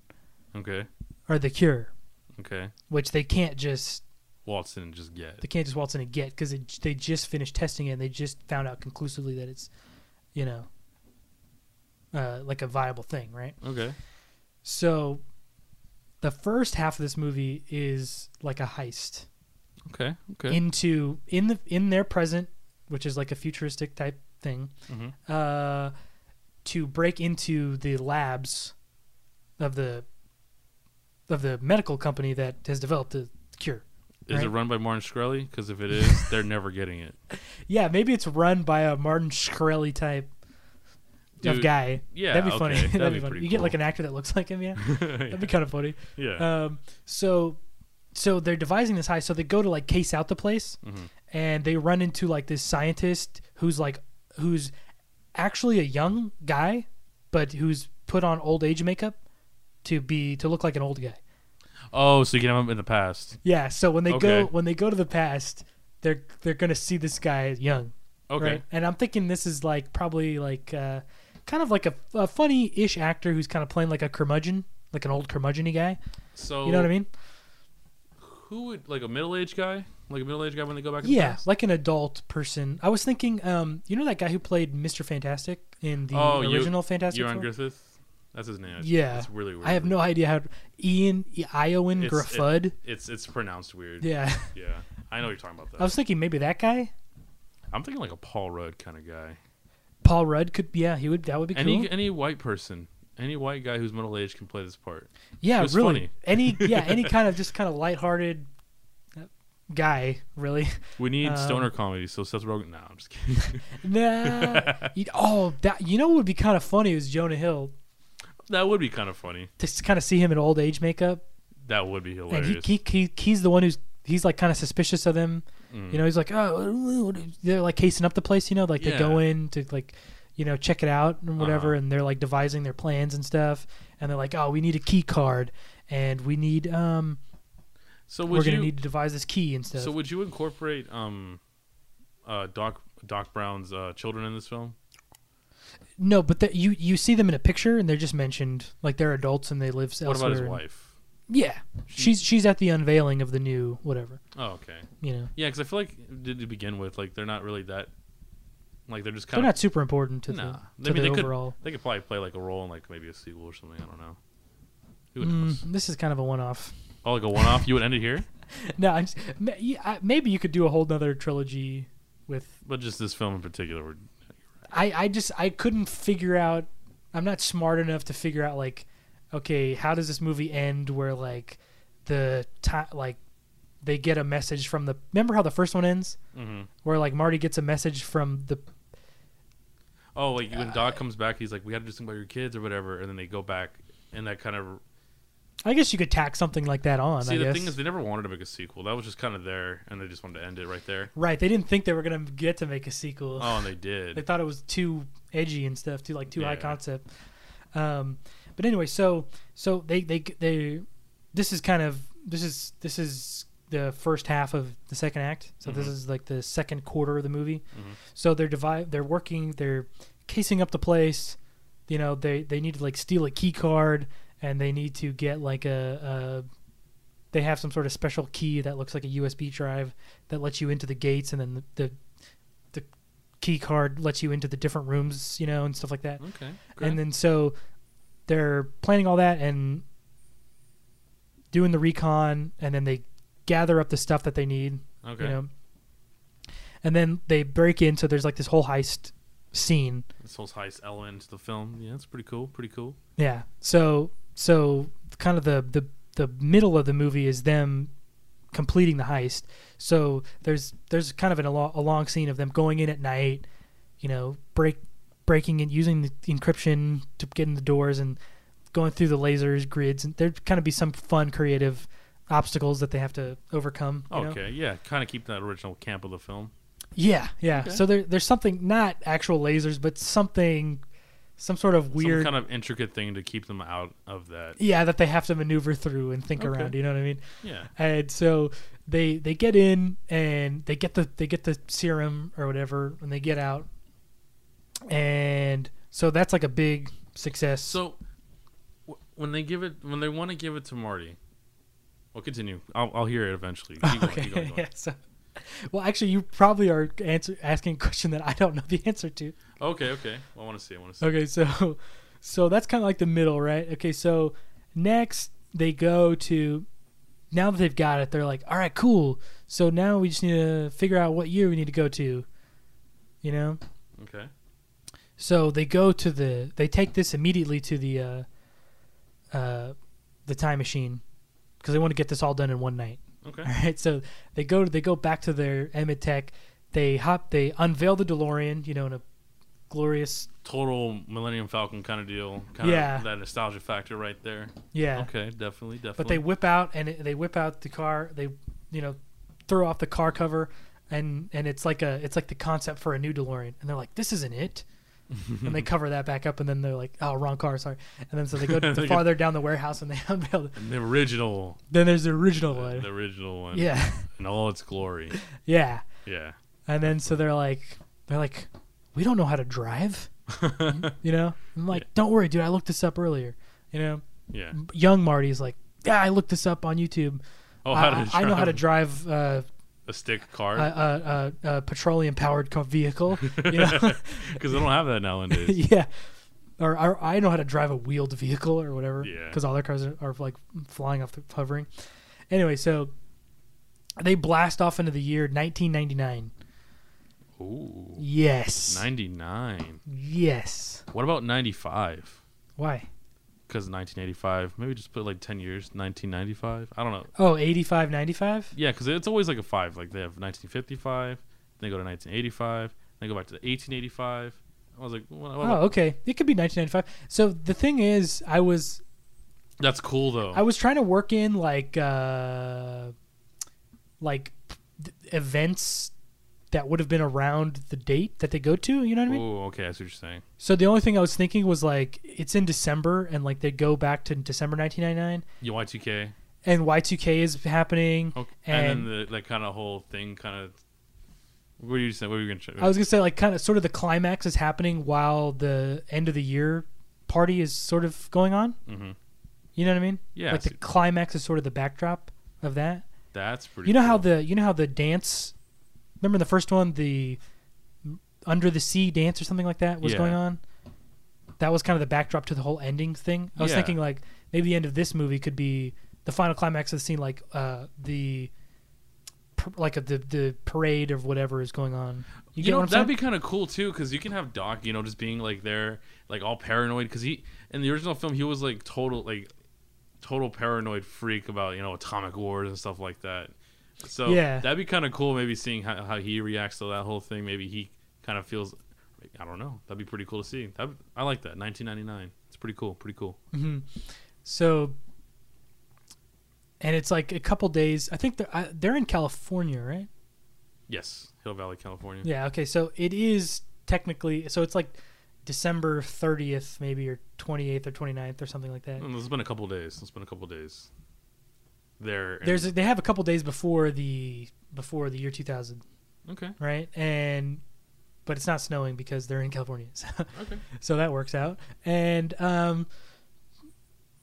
S2: Okay.
S1: or the cure,
S2: Okay.
S1: which they can't just
S2: Watson and just get.
S1: they can't just waltz in and get because they just finished testing it and they just found out conclusively that it's you know uh, like a viable thing right
S2: Okay.
S1: so the first half of this movie is like a heist
S2: Okay. Okay.
S1: into in the in their present which is like a futuristic type thing
S2: hmm
S1: uh, to break into the labs of the of the medical company that has developed the cure
S2: Is it
S1: Right.
S2: run by Martin Shkreli? Because if it is, they're never getting it.
S1: Yeah, maybe it's run by a Martin Shkreli type of
S2: Dude,
S1: guy.
S2: *laughs* Yeah,
S1: that'd be funny. *laughs*
S2: okay,
S1: that'd, be, funny.
S2: pretty
S1: You get
S2: cool.
S1: like an actor that looks like him.
S2: *laughs*
S1: Yeah, that'd be kind of funny.
S2: yeah. yeah.
S1: Um, so, so they're devising this heist. So they go to like case out the place,
S2: Mhm.
S1: and they run into like this scientist who's like who's actually a young guy, but who's put on old age makeup to be to look like an old guy.
S2: Oh, so you can have them in the past.
S1: Yeah. So when they go
S2: Okay.
S1: when they go to the past, they're they're gonna see this guy young.
S2: Okay.
S1: Right. And I'm thinking this is like probably like uh, kind of like a, a funny ish actor who's kind of playing like a curmudgeon, like an old curmudgeon guy.
S2: So
S1: You know what I
S2: Oh,
S1: mean?
S2: Who would like a middle aged guy? Like a middle aged guy when they go back? in the
S1: Yeah,
S2: past?
S1: like an adult person. I was thinking, um, you know that guy who played Mr. Fantastic in the
S2: Oh, you-
S1: original Fantastic
S2: Ewan
S1: Four?
S2: Griffith. That's his name.
S1: Yeah.
S2: It's really weird.
S1: I have no idea how Ian E, Iowan
S2: It's- it-
S1: Gruffudd.
S2: It's it's pronounced weird.
S1: yeah, *laughs*
S2: Yeah. I know what you're talking about that.
S1: I was thinking maybe that guy,
S2: I'm thinking like a Paul Rudd kind of guy.
S1: Paul Rudd could. Yeah, he would. That would be cool.
S2: Any any white person, any white guy who's middle aged can play this part.
S1: yeah,
S2: who's
S1: really.
S2: funny.
S1: Any yeah,
S2: *laughs*
S1: any kind of just kind of lighthearted uh, guy, really.
S2: We need
S1: Um,
S2: stoner comedy. So Seth Rogen. No, I'm just kidding.
S1: *laughs*
S2: *laughs*
S1: Nah. You'd- oh, that you know what would be kind of funny is Jonah Hill
S2: that would be kind of funny.
S1: to kind of see him in old age makeup,
S2: That would be hilarious.
S1: and he, he he he's the one who's he's like kind of suspicious of them.
S2: Mm.
S1: You know, he's like, oh, what- what-" they're like casing up the place. You know, like they go
S2: Yeah.
S1: in to like, you know, check it out and whatever,
S2: Uh-huh.
S1: and they're like devising their plans and stuff, and they're like, oh, we need a key card, and we need um,
S2: so
S1: we're
S2: would
S1: gonna
S2: you?
S1: need to devise this key and stuff.
S2: So would you incorporate um, uh, Doc Doc Brown's uh, children in this film?
S1: no, but that you you see them in a picture, and they're just mentioned like they're adults and they live
S2: What
S1: elsewhere.
S2: about his
S1: and-
S2: wife?
S1: Yeah, she's she's at the unveiling of the new whatever.
S2: Oh, okay.
S1: You know,
S2: Yeah, because I feel like did to begin with, like they're not really that, like they're just
S1: they're
S2: kind of.
S1: not super important to
S2: Nah.
S1: the to
S2: I mean,
S1: the
S2: they could-
S1: overall.
S2: They could probably play like a role in like maybe a sequel or something. I don't know. Who knows?
S1: Mm, this is kind of a one-off. *laughs*
S2: Oh, like a one-off. you would end it here,
S1: no, I'm just, ma- yeah, I- maybe you could do a whole nother trilogy with.
S2: but just this film in particular. Would,
S1: I I just I couldn't figure out. I'm not smart enough to figure out like, okay, how does this movie end? Where like the time like they get a message from the. Remember how the first one ends,
S2: mm-hmm.
S1: where like Marty gets a message from the
S2: Oh, like when Doc comes back, he's like, "We got to do something about your kids or whatever," and then they go back, and that kind of
S1: I guess you could tack something like that on.
S2: See,
S1: I
S2: the
S1: guess.
S2: thing is, they never wanted to make a sequel. That was just kind of there, and they just wanted to end it right there.
S1: right, they didn't think they were gonna get to make a sequel.
S2: Oh, and they
S1: They
S2: did.
S1: thought it was too edgy and stuff, too like too high
S2: Yeah.
S1: concept. Um, but anyway, so so they they they this is kind of this is this is the first half of the second act. So this
S2: Mhm.
S1: is like the second quarter of the movie.
S2: Mhm.
S1: So they're divide they're working they're casing up the place. You know they they need to like steal a key card and they need to get like a, a they have some sort of special key that looks like a USB drive that lets you into the gates and then the, the, the key card lets you into the different rooms, you know, and stuff like that.
S2: Okay. Great.
S1: And then so they're planning all that and doing the recon, and then they gather up the stuff that they need,
S2: okay.
S1: you know. And then they break in, so there's like this whole heist scene.
S2: This whole heist element to the film. Yeah, it's pretty cool. Pretty cool.
S1: Yeah. So so kind of the the the middle of the movie is them completing the heist. So there's there's kind of an, a, lo- a long scene of them going in at night, you know, break breaking and using the encryption to get in the doors and going through the lasers grids and there'd kind of be some fun creative obstacles that they have to overcome. you know?
S2: Okay. Yeah, kind of keep that original camp of the film.
S1: Yeah, yeah.
S2: Okay.
S1: So there, there's something not actual lasers, but something, some sort of weird
S2: Some kind of intricate thing to keep them out of that.
S1: yeah that they have to maneuver through and think
S2: Okay.
S1: around you know what i mean
S2: Yeah.
S1: and so they they get in and they get the they get the serum or whatever and they get out and so that's like a big success *laughs*
S2: So w- when they give it, when they want to give it to Marty, well, continue. I'll, I'll hear it eventually. Keep going,
S1: okay *laughs*
S2: keep going, keep
S1: yeah
S2: going.
S1: so well actually you probably are answer, asking a question that i don't know the answer to
S2: Okay. Okay. Well, I want to see. I want to see.
S1: okay so so that's kind of like the middle right okay so next they go to now that they've got it they're like all right cool so now we just need to figure out what year we need to go to you know
S2: Okay.
S1: So they go to the they take this immediately to the uh, uh, the time machine because they want to get this all done in one night. *laughs*
S2: Okay.
S1: All right, so they go they go back to their Emmet Tech. They hop they unveil the DeLorean, you know, in a glorious
S2: Total Millennium Falcon kind of deal. Kind
S1: Yeah.
S2: of that nostalgia factor right there.
S1: yeah.
S2: Okay. Definitely. Definitely.
S1: But they whip out and it, they whip out the car. They you know throw off the car cover and and it's like a it's like the concept for a new DeLorean. And they're like, this isn't
S2: *laughs*
S1: it. and they cover that back up, and then they're like, "Oh, wrong car, sorry." And then so
S2: *laughs*
S1: they go
S2: They
S1: to
S2: get-
S1: farther down the warehouse, and they *laughs* unveil. it.
S2: The original.
S1: Then there's the original
S2: The,
S1: one.
S2: the original one.
S1: Yeah, *laughs*
S2: In all its glory.
S1: yeah.
S2: Yeah. *laughs*
S1: And then so they're like, they're like, "We don't know how to drive," you know. I'm like,
S2: Yeah.
S1: "Don't worry, dude. I looked this up earlier." You know,
S2: yeah.
S1: young Marty's like, "Yeah, I looked this up on YouTube.
S2: Oh,
S1: I,
S2: how to
S1: I- I know how to
S2: drive
S1: drive uh,
S2: a stick
S1: a,
S2: car. *laughs*
S1: a, a, a petroleum-powered co- vehicle." You know. *laughs*
S2: Because they don't have that nowadays.
S1: yeah. Or, or I know how to drive a wheeled vehicle or whatever.
S2: Yeah.
S1: Because all their cars are, are like flying off the hovering. Anyway, so they blast off into the year 1999.
S2: Ooh.
S1: Yes.
S2: 99.
S1: Yes.
S2: What about 95?
S1: Why?
S2: Because 1985. Maybe just put like 10 years. 1995. I don't know.
S1: Oh, 85, 95?
S2: Yeah, because it's always like a five. Like they have 1955, then they go to 1985, then they go back to the 1885. I was like, well, well,
S1: Oh, okay. It could be 1995. So the thing is, I was
S2: that's cool though.
S1: I was trying to work in like uh like th- events that would have been around the date that they go to, you know what I mean?
S2: Ooh, okay, I see what you're saying.
S1: So the only thing I was thinking was like it's in December and like they go back to December 1999
S2: You Y2K,
S1: and Y2K is happening.
S2: okay. and,
S1: And-
S2: then the, that kind of whole thing, kind of. What were you saying? What were you gonna? Try?
S1: I was going to say like kind of sort of the climax is happening while the end of the year party is sort of going on.
S2: hmm
S1: You know what I mean?
S2: Yeah,
S1: Like the
S2: so-
S1: climax is sort of the backdrop of that.
S2: That's pretty.
S1: You know how
S2: cool.
S1: the you know how the dance remember in the first one the under the sea dance or something like that was
S2: Yeah.
S1: going on? That was kind of the backdrop to the whole ending thing. I was
S2: Yeah.
S1: thinking like maybe the end of this movie could be the final climax of the scene like uh the par- like the the parade or whatever is going on. You,
S2: You,
S1: get
S2: know
S1: what I'm
S2: that'd
S1: saying?
S2: be kind of cool too, because you can have Doc, you know, just being like there, like all paranoid, because he in the original film he was like total, like total paranoid freak about you know atomic wars and stuff like that. So
S1: Yeah.
S2: that'd be kind of cool. Maybe seeing how, how he reacts to that whole thing. Maybe he kind of feels, I don't know. That'd be pretty cool to see. That I like that. 1999. It's pretty cool. Pretty cool.
S1: hmm So and it's like a couple days. I think they're I, they're in California, right?
S2: Yes, Hill Valley, California.
S1: Yeah. Okay. So it is technically. So it's like December thirtieth, maybe or twenty eighth or 29th or something like that.
S2: Mm, It's been a couple days. It's been a couple days. There. and-
S1: There's a, they have a couple days before the before the year two thousand,
S2: okay.
S1: right? And but it's not snowing because they're in California, *laughs* so,
S2: Okay.
S1: so that works out. And um,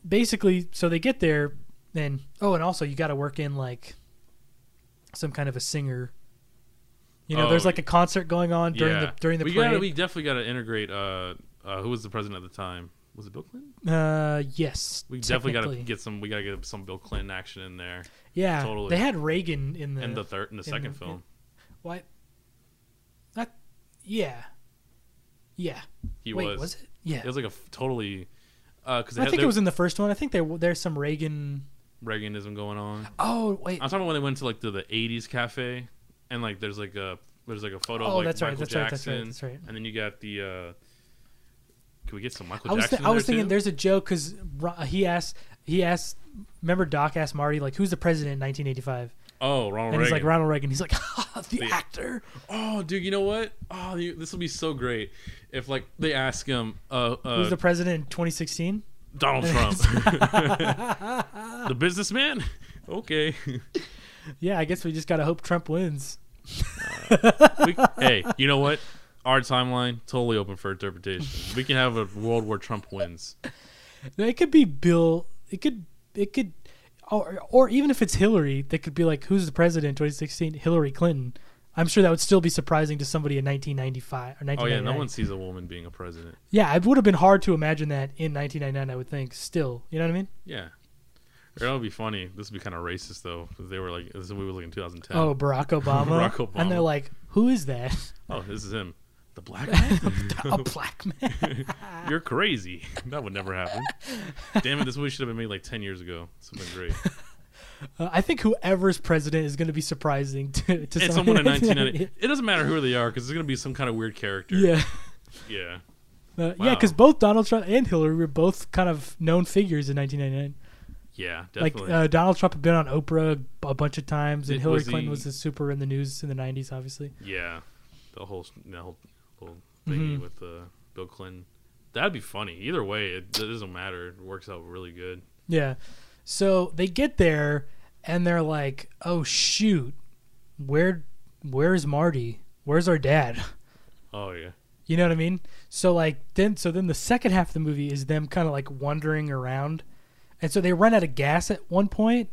S1: basically, so they get there, and oh, and also you got to work in like some kind of a singer. You know,
S2: Oh,
S1: there's like a concert going on during
S2: yeah.
S1: the during the
S2: we
S1: parade.
S2: Gotta, we definitely got to integrate. Uh, uh, who was the president at the time? Was it Bill Clinton?
S1: Uh, yes.
S2: We definitely got to
S1: technically.
S2: get some. We got to get some Bill Clinton action in there.
S1: Yeah,
S2: totally.
S1: they had Reagan in the.
S2: and the third, and the
S1: in
S2: second
S1: the-
S2: film,
S1: What? That. Yeah. Yeah.
S2: he
S1: Wait,
S2: was.
S1: was it? Yeah.
S2: It was like a f- totally. uh, Because
S1: I think it was in the first one. I think there there's some Reagan.
S2: Reaganism going on.
S1: Oh wait.
S2: I'm talking about when they went to like the, the '80s cafe, and like there's like a there's like a photo
S1: Oh,
S2: of like
S1: that's
S2: Michael
S1: right. That's right. That's
S2: Jackson,
S1: right. That's right.
S2: and then you got the. uh Can we get some Michael
S1: I was
S2: Jackson?
S1: th-
S2: in
S1: I was
S2: there
S1: thinking
S2: too?
S1: there's a joke because he asked he asked remember Doc asked Marty like who's the president in 1985
S2: Oh, Ronald
S1: and he's
S2: Reagan.
S1: like Ronald Reagan he's like *laughs* ha, the,
S2: The-
S1: actor
S2: oh, dude, you know what? Oh, you, this would be so great if like they ask him, uh, uh,
S1: who's the president in 2016 *laughs*
S2: Donald Trump, *laughs* the businessman. Okay, *laughs*
S1: yeah I guess we just gotta hope Trump wins
S2: we, hey, you know what? Our timeline totally open for interpretation. We can have a world where Trump
S1: *laughs*
S2: wins.
S1: it could be Bill it could it could or, or even if it's Hillary they could be like who's the president in 2016 Hillary Clinton I'm sure that would still be surprising to somebody in 1995 or
S2: Oh
S1: 1999
S2: yeah, no one sees a woman being a president.
S1: Yeah, it would have been hard to imagine that in 1999. I would think still. You know what I mean?
S2: Yeah. That would be funny. This would be kind of racist though, because they were like, this movie was like in 2010.
S1: Oh, Barack Obama.
S2: *laughs* Barack
S1: And they're
S2: Obama.
S1: like, who is that? *laughs*
S2: Oh, this is him, the black man.
S1: A black man.
S2: You're crazy. *laughs* That would never happen. Damn it, this movie should have been made like 10 years ago. It's been great.
S1: Uh, I think whoever's president is going to be surprising *laughs* to to
S2: It's someone in 1990. It doesn't matter who they are, because it's gonna be some kind of weird character.
S1: yeah.
S2: Yeah.
S1: Uh, Yeah,
S2: Wow.
S1: because both Donald Trump and Hillary were both kind of known figures in 1999.
S2: Yeah, Definitely.
S1: Like uh, Donald Trump had been on Oprah a bunch of times, and
S2: Did-
S1: Hillary
S2: was
S1: Clinton
S2: he-
S1: was super in the news in the 90s, obviously.
S2: yeah. The whole the whole, whole thingy
S1: Mhm.
S2: with uh, Bill Clinton. That'd be funny. Either way, it, it doesn't matter. It works out really good.
S1: Yeah. So they get there and they're like, "Oh shoot. Where where's Marty? Where's our dad?" *laughs*
S2: Oh yeah.
S1: You know what I mean? So like then so then the second half of the movie is them kind of like wandering around. And so they run out of gas at one point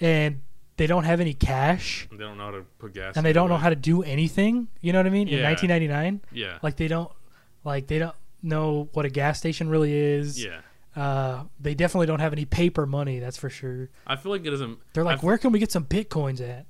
S1: and they don't have any cash
S2: They don't know how to put gas.
S1: and they don't know
S2: anyway.
S1: how to do anything, you know what I mean? In
S2: Yeah.
S1: 1999,
S2: Yeah.
S1: like they don't like they don't know what a gas station really is.
S2: yeah.
S1: Uh, they definitely don't have any paper money, that's for sure.
S2: I feel like it doesn't.
S1: They're
S2: I
S1: like,
S2: f-
S1: where can we get some bitcoins at?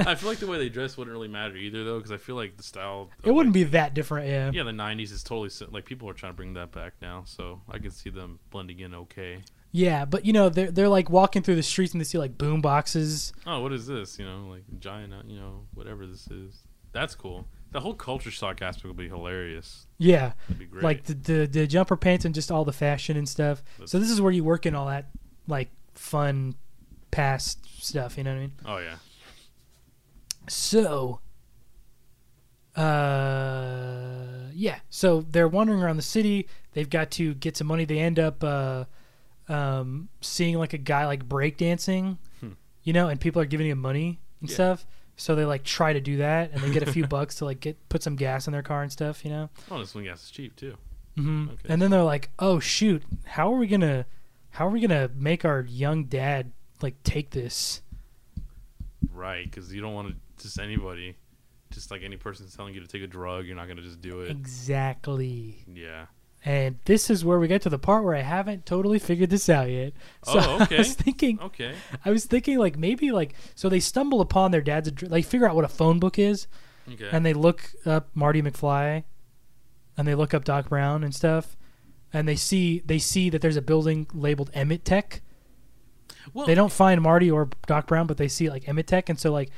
S1: *laughs*
S2: I feel like the way they dress wouldn't really matter either, though, because I feel like the style.
S1: It wouldn't be that different, yeah.
S2: Yeah, the '90s is totally si- like people are trying to bring that back now, so I can see them blending in okay.
S1: Yeah, but you know, they're they're like walking through the streets and they see like boom boxes.
S2: Oh, what is this? You know, like giant, uh, you know, whatever this is. That's cool. The whole culture shock aspect would be hilarious.
S1: Yeah,
S2: That'd be great.
S1: like the, the the jumper pants and just all the fashion and stuff. So this is where you work in all that like fun past stuff. You know what I mean?
S2: oh yeah,
S1: So, uh, yeah. So they're wandering around the city. They've got to get some money. They end up uh, um, seeing like a guy like breakdancing, you know, and people are giving him money and
S2: Hmm. Yeah.
S1: stuff. So they like try to do that, and they get a
S2: *laughs*
S1: few bucks to like get put some gas in their car and stuff, you know.
S2: oh, this one gas is cheap too.
S1: hmm
S2: Okay.
S1: And then they're like, "Oh shoot, how are we gonna, how are we gonna make our young dad like take this?"
S2: Right, because you don't want to just anybody, just like any person telling you to take a drug, you're not gonna just do it.
S1: Exactly.
S2: Yeah.
S1: And this is where we get to the part where I haven't totally figured this out yet. So *laughs*
S2: Oh, okay.
S1: I was thinking,
S2: Okay.
S1: I was thinking like maybe like so they stumble upon their dad's address. They figure out what a phone book is,
S2: Okay.
S1: and they look up Marty McFly, and they look up Doc Brown and stuff, and they see they see that there's a building labeled Emmett Tech.
S2: well,
S1: They don't find Marty or Doc Brown, but they see like Emmett Tech, and so like,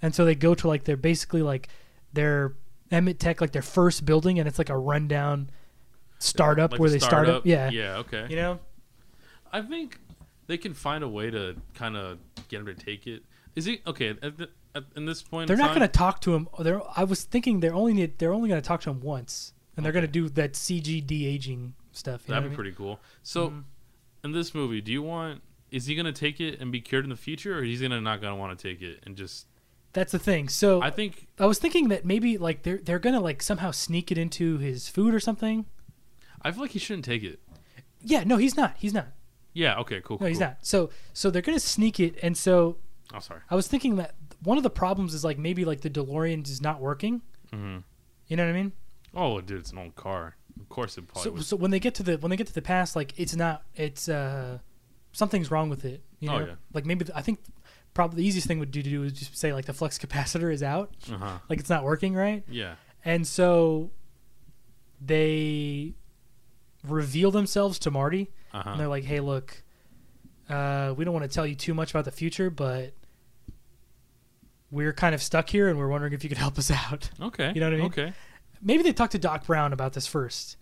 S1: and so they go to like their basically like their Emmett Tech like their first building, and it's like a rundown startup
S2: like
S1: where
S2: the
S1: they start up.
S2: startup.
S1: Yeah,
S2: Yeah. Okay.
S1: you know.
S2: I think they can find a way to kind of get him to take it. Is he okay? At, the, at in this point,
S1: They're
S2: in
S1: not
S2: time-
S1: going to talk to him. They're, I was thinking they're only need, they're only going to talk to him once, and they're going to do that CG de aging stuff. You know
S2: That'd
S1: what
S2: be
S1: I mean? mm-hmm.
S2: pretty cool. So, in this movie, do you want? Is he gonna take it and be cured in the future, or he's gonna not gonna want to take it and just?
S1: That's the thing. So
S2: I
S1: I,
S2: think
S1: was thinking that maybe like they're they're going to like somehow sneak it into his food or something.
S2: I feel like he shouldn't take it.
S1: Yeah, no, he's not. He's not.
S2: Yeah. Okay. Cool.
S1: No, he's
S2: cool.
S1: not. So so they're going to sneak it, and so
S2: Oh, sorry.
S1: I was thinking that one of the problems is like maybe like the DeLorean is not working.
S2: Mhm.
S1: You know what I mean?
S2: Oh, dude, it's an old car. Of course, it probably.
S1: So,
S2: was.
S1: so when they get to the when they get to the past, like it's not it's uh something's wrong with it. You know?
S2: Oh, yeah.
S1: Like maybe the, I think probably the easiest thing would do to do is just say like the flux *laughs* capacitor is out,
S2: Uh huh.
S1: like it's not working right,
S2: Yeah.
S1: and so they reveal themselves to Marty,
S2: Uh
S1: and
S2: huh.
S1: they're like, "Hey, look, uh, we don't want to tell you too much about the future, but." We're kind of stuck here, and we're wondering if you could help us out. *laughs*
S2: Okay.
S1: You know what I mean?
S2: Okay.
S1: Maybe they talk to Doc Brown about this first,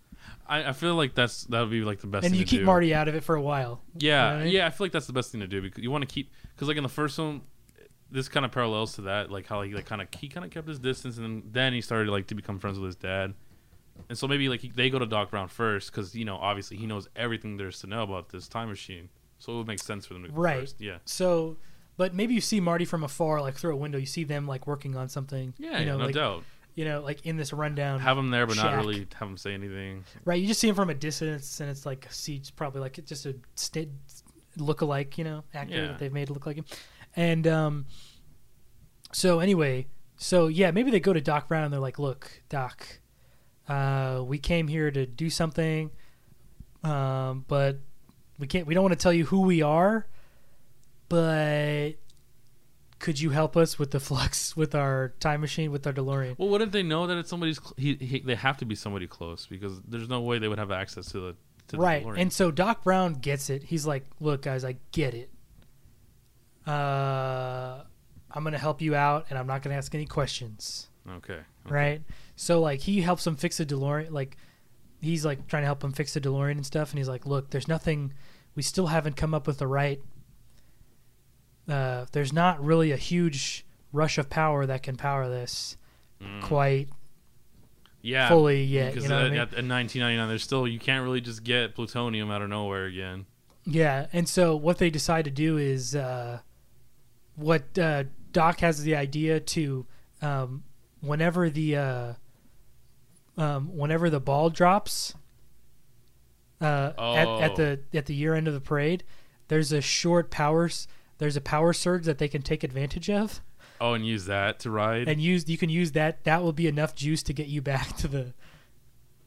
S2: I, I feel like that's that would be like the best.
S1: and
S2: thing
S1: you
S2: to
S1: keep
S2: do.
S1: Marty out of it for a while.
S2: Yeah,
S1: You know what I mean?
S2: yeah, I feel like that's the best thing to do because you want to keep because like in the first one, this kind of parallels to that, like how he like kind of he kind of kept his distance and then, then he started like to become friends with his dad, and so maybe like he, they go to Doc Brown first because you know obviously he knows everything there's to know about this time machine, so it would make sense for them to go
S1: Right.
S2: first. Yeah,
S1: So, but maybe you see Marty from afar, like through a window. You see them like working on something.
S2: yeah,
S1: you
S2: yeah,
S1: know,
S2: no
S1: like,
S2: doubt.
S1: You know, like in this rundown,
S2: Have him there, but not
S1: Shack.
S2: really have him say anything.
S1: right? You just see him from a distance, and it's like a see, it's probably like it's just a st- look-alike, you know, actor
S2: Yeah.
S1: that they've made to look like him. And um, so anyway, so yeah, maybe they go to Doc Brown and they're like, "Look, Doc, uh, we came here to do something, um, but we can't. We don't want to tell you who we are, but." Could you help us with the flux *laughs* with our time machine with our DeLorean?
S2: Well, wouldn't they know that it's somebody's? Cl- he, he they have to be somebody close because there's no way they would have access to the to
S1: right.
S2: The DeLorean.
S1: And so Doc Brown gets it. He's like, "Look, guys, I get it. Uh, I'm gonna help you out, and I'm not gonna ask any questions."
S2: okay, okay.
S1: Right. So like, he helps him fix a DeLorean. Like, he's like trying to help him fix the DeLorean and stuff. And he's like, "Look, there's nothing. We still haven't come up with the right. Uh, there's not really a huge rush of power that can power this
S2: Mm.
S1: quite
S2: yeah,
S1: fully yet.
S2: because
S1: You know what I
S2: at,
S1: mean?
S2: at, in 1999, there's still you can't really just get plutonium out of nowhere again.
S1: Yeah, and so what they decide to do is uh, what uh, Doc has the idea to um, whenever the uh, um, whenever the ball drops uh, at,
S2: Oh.
S1: at the at the year end of the parade, there's a short powers there's a power surge that they can take advantage of
S2: Oh, and use that to ride.
S1: and use you can use that that will be enough juice to get you back to the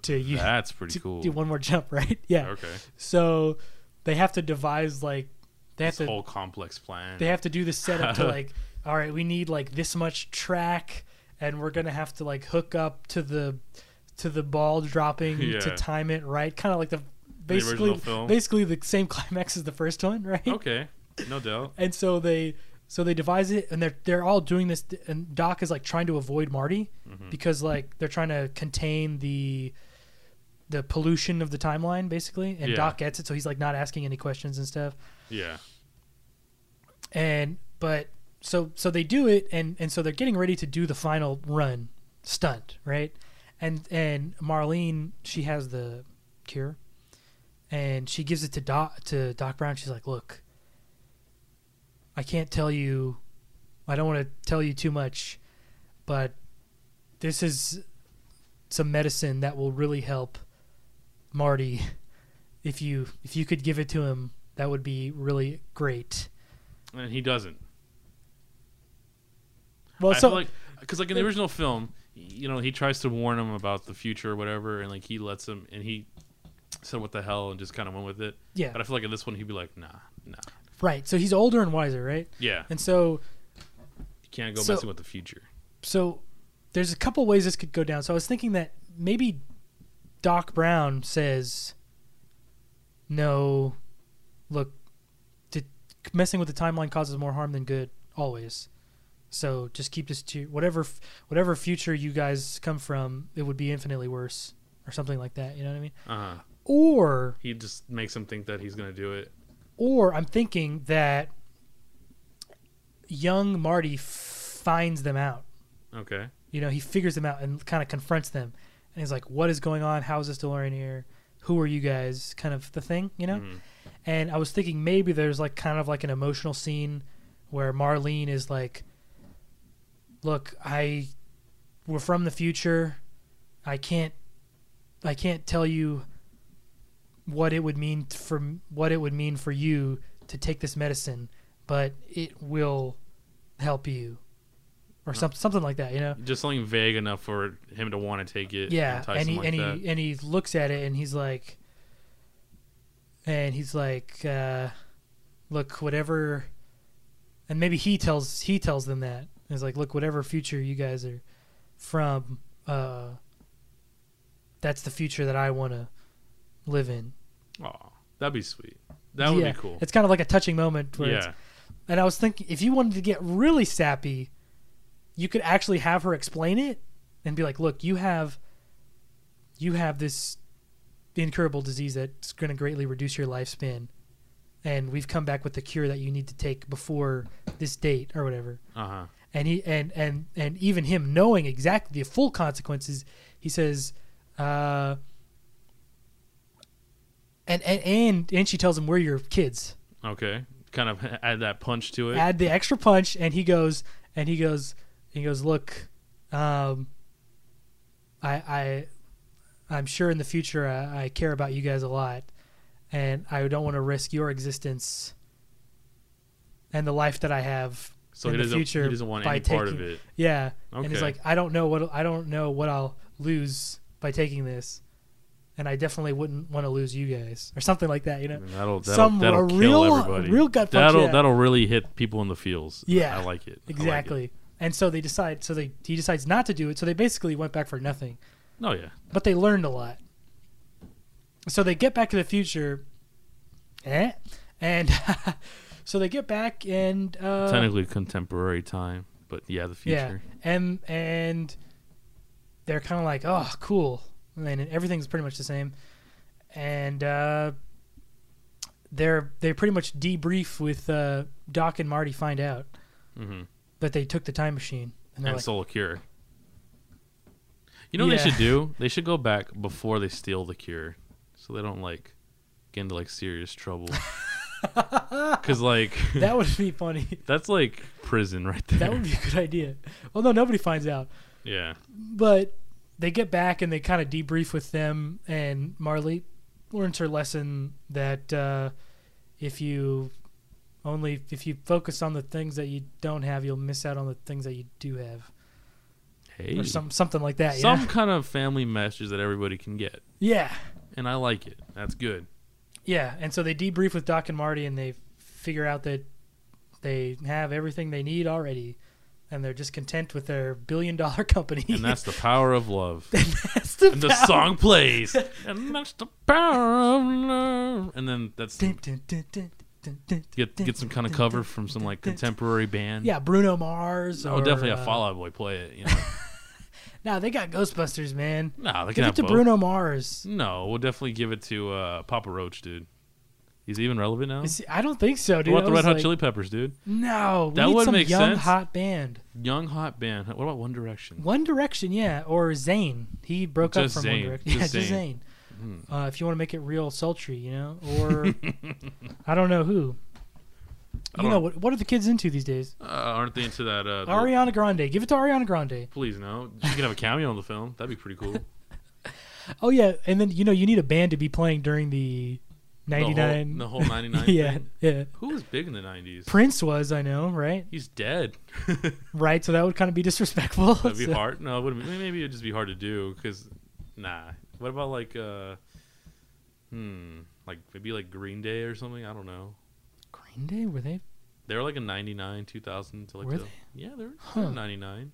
S1: to you
S2: That's pretty
S1: to
S2: cool.
S1: do one more jump *laughs* right yeah
S2: okay,
S1: so they have to devise like they have to
S2: this whole complex plan.
S1: they have to do the setup
S2: *laughs*
S1: to like all right we need like this much track and we're gonna have to like hook up to the to the ball dropping
S2: Yeah.
S1: to time it right kind of like the basically
S2: original film.
S1: basically the same *laughs* climax as the first one right
S2: okay, no doubt.
S1: and so they so they devise it and they're they're all doing this and doc is like trying to avoid marty
S2: Mm-hmm.
S1: because like they're trying to contain the the pollution of the timeline basically and
S2: Yeah.
S1: doc gets it so he's like not asking any questions and stuff
S2: Yeah,
S1: and but so so they do it and and so they're getting ready to do the final run stunt right and and marlene she has the cure and she gives it to doc to doc brown she's like look i can't tell you i don't want to tell you too much but this is some medicine that will really help marty if you if you could give it to him that would be really great
S2: and he doesn't.
S1: well
S2: I
S1: Oh, so
S2: feel like because like in the original film, you know, he tries to warn him about the future or whatever, and like he lets him, and he said what the hell and just kind of went with it.
S1: Yeah.
S2: But I feel like in this one he'd be like, nah, nah,
S1: Right. So he's older and wiser, right?
S2: yeah,
S1: And so
S2: you can't go
S1: so-
S2: messing with the future.
S1: so there's a couple ways this could go down. So I was thinking that maybe Doc Brown says no look t- messing with the timeline causes more harm than good always. So just keep this to whatever f- whatever future you guys come from, it would be infinitely worse or something like that, you know what I mean?
S2: Uh huh.
S1: Or
S2: He just makes him think that he's gonna do it.
S1: Or I'm thinking that young Marty finds them out.
S2: Okay.
S1: You know, he figures them out and kind of confronts them. And he's like, what is going on? How is this DeLorean here? Who are you guys? Kind of the thing, you know?
S2: Mhm.
S1: And I was thinking maybe there's like kind of like an emotional scene where Marlene is like, look, I, we're from the future. I can't, I can't tell you what it would mean t- for m- what it would mean for you to take this medicine, but it will help you, or some, something like that, you know?
S2: Just something vague enough for him to want to take it.
S1: yeah
S2: entice
S1: and he
S2: him
S1: and
S2: like
S1: he
S2: that.
S1: and he looks at it and he's like and he's like uh look whatever and maybe he tells he tells them that he's like look whatever future you guys are from uh that's the future that i want to live in
S2: Aw, that'd be sweet. That would
S1: Yeah,
S2: be cool.
S1: it's kind of like a touching moment where it's,
S2: Yeah.
S1: and i was thinking if you wanted to get really sappy you could actually have her explain it and be like, "Look, you have you have this incurable disease that's going to greatly reduce your lifespan, and we've come back with the cure that you need to take before this date or whatever."
S2: Uh huh.
S1: And he and and and even him knowing exactly the full consequences, he says, uh, and, and and and she tells him, "We're your kids."
S2: Okay. Kind of *laughs* add that punch to it.
S1: add the extra punch and he goes and he goes he goes look um i i i'm sure in the future i, I care about you guys a lot and i don't want to risk your existence and the life that i have
S2: so
S1: in
S2: he
S1: the
S2: doesn't.
S1: future
S2: he doesn't want
S1: by
S2: any part of
S1: taking-
S2: it.
S1: yeah
S2: Okay.
S1: and he's like i don't know what i don't know what i'll lose by taking this and i definitely wouldn't want to lose you guys or something like that you know
S2: that'll that'll,
S1: some-
S2: that'll
S1: a
S2: kill
S1: real- uh,
S2: everybody.
S1: real gut punch,
S2: That'll
S1: yeah.
S2: that'll really hit people in the feels.
S1: Yeah.
S2: I like it. I like it.
S1: exactly and so they decide so they he decides not to do it so they basically went back for nothing
S2: No, Oh, yeah.
S1: but they learned a lot. So they get back to the future, eh? and *laughs* so they get back and uh,
S2: Technically contemporary time, but yeah, the
S1: yeah,
S2: future.
S1: and and they're kind of like, oh, cool, and everything's pretty much the same, and uh, they're they pretty much debrief with uh, Doc and Marty find out
S2: Mm-hmm.
S1: that they took the time machine, and they're
S2: and
S1: like,
S2: soul cure. You know what
S1: Yeah.
S2: they should do? They should go back before they steal the cure, so they don't like get into like serious
S1: *laughs*
S2: trouble. Because like
S1: that would be funny. *laughs*
S2: that's like prison right there.
S1: That would be a good idea. Although nobody finds out.
S2: *laughs* yeah.
S1: but they get back and they kind of debrief with them and marley learns her lesson that uh, if you only if you focus on the things that you don't have you'll miss out on the things that you do have
S2: Hey,
S1: or some, something like that
S2: some
S1: yeah
S2: kind of family message that everybody can get,
S1: yeah
S2: and I like it. That's good.
S1: yeah and so they debrief with doc and marty and they figure out that they have everything they need already and they're just content with their billion dollar *laughs* company
S2: And that's the power of love.
S1: That's the
S2: And the
S1: power.
S2: song
S1: *laughs*
S2: plays. and that's the power of love. And then that's
S1: Dun, dun, dun, dun, dun, dun,
S2: get
S1: dun,
S2: get some kind of
S1: dun,
S2: cover
S1: dun,
S2: from some
S1: dun,
S2: like
S1: dun, dun.
S2: contemporary
S1: *laughs*
S2: band.
S1: Yeah, Bruno Mars.
S2: Oh,
S1: or,
S2: definitely a
S1: uh,
S2: Fallout Boy play
S1: *laughs*
S2: it. You know?
S1: Nah, they got Ghostbusters, man.
S2: nah, they can
S1: Give
S2: have
S1: it to
S2: both.
S1: Bruno Mars.
S2: No, we'll definitely give it to uh, Papa Roach, dude. He's even relevant now.
S1: Is- I don't think so, dude.
S2: what about
S1: I
S2: the
S1: was
S2: Red Hot
S1: like,
S2: Chili Peppers, dude?
S1: No, we
S2: That
S1: need
S2: would
S1: some
S2: make
S1: young
S2: sense.
S1: hot band.
S2: Young hot band. What about One Direction?
S1: One Direction, yeah, or Zayn. He broke
S2: Just
S1: up from
S2: Zayn.
S1: One Direction. *laughs*
S2: Just
S1: Yeah, just Zayn.
S2: Zayn. Hmm.
S1: Uh, if you want to make it real sultry, you
S2: *laughs*
S1: know, or I don't know who. You
S2: I don't-
S1: know what? What are the kids into these days?
S2: Uh, aren't they into that? Uh, the-
S1: Ariana Grande. Give it to Ariana Grande.
S2: Please no. She could have a cameo in the film. That'd be
S1: *laughs*
S2: pretty cool.
S1: Oh yeah, and then you know you need a band to be playing during the
S2: The whole-
S1: ninety nine.
S2: The whole,
S1: *laughs*
S2: ninety nine.
S1: yeah, yeah.
S2: Who was big in the nineties?
S1: Prince was, I know, right?
S2: He's dead. *laughs*
S1: Right, so that would kind of be *laughs* disrespectful.
S2: That'd be
S1: So-
S2: hard. No, it wouldn't. be- Maybe it'd just be hard to do. Cause nah. What about like uh, hmm, like maybe like Green Day or something? I don't know.
S1: Green Day were they?
S2: They were like a 99, 2000 to like
S1: Were
S2: the,
S1: they?
S2: Yeah, they were
S1: Huh.
S2: 99.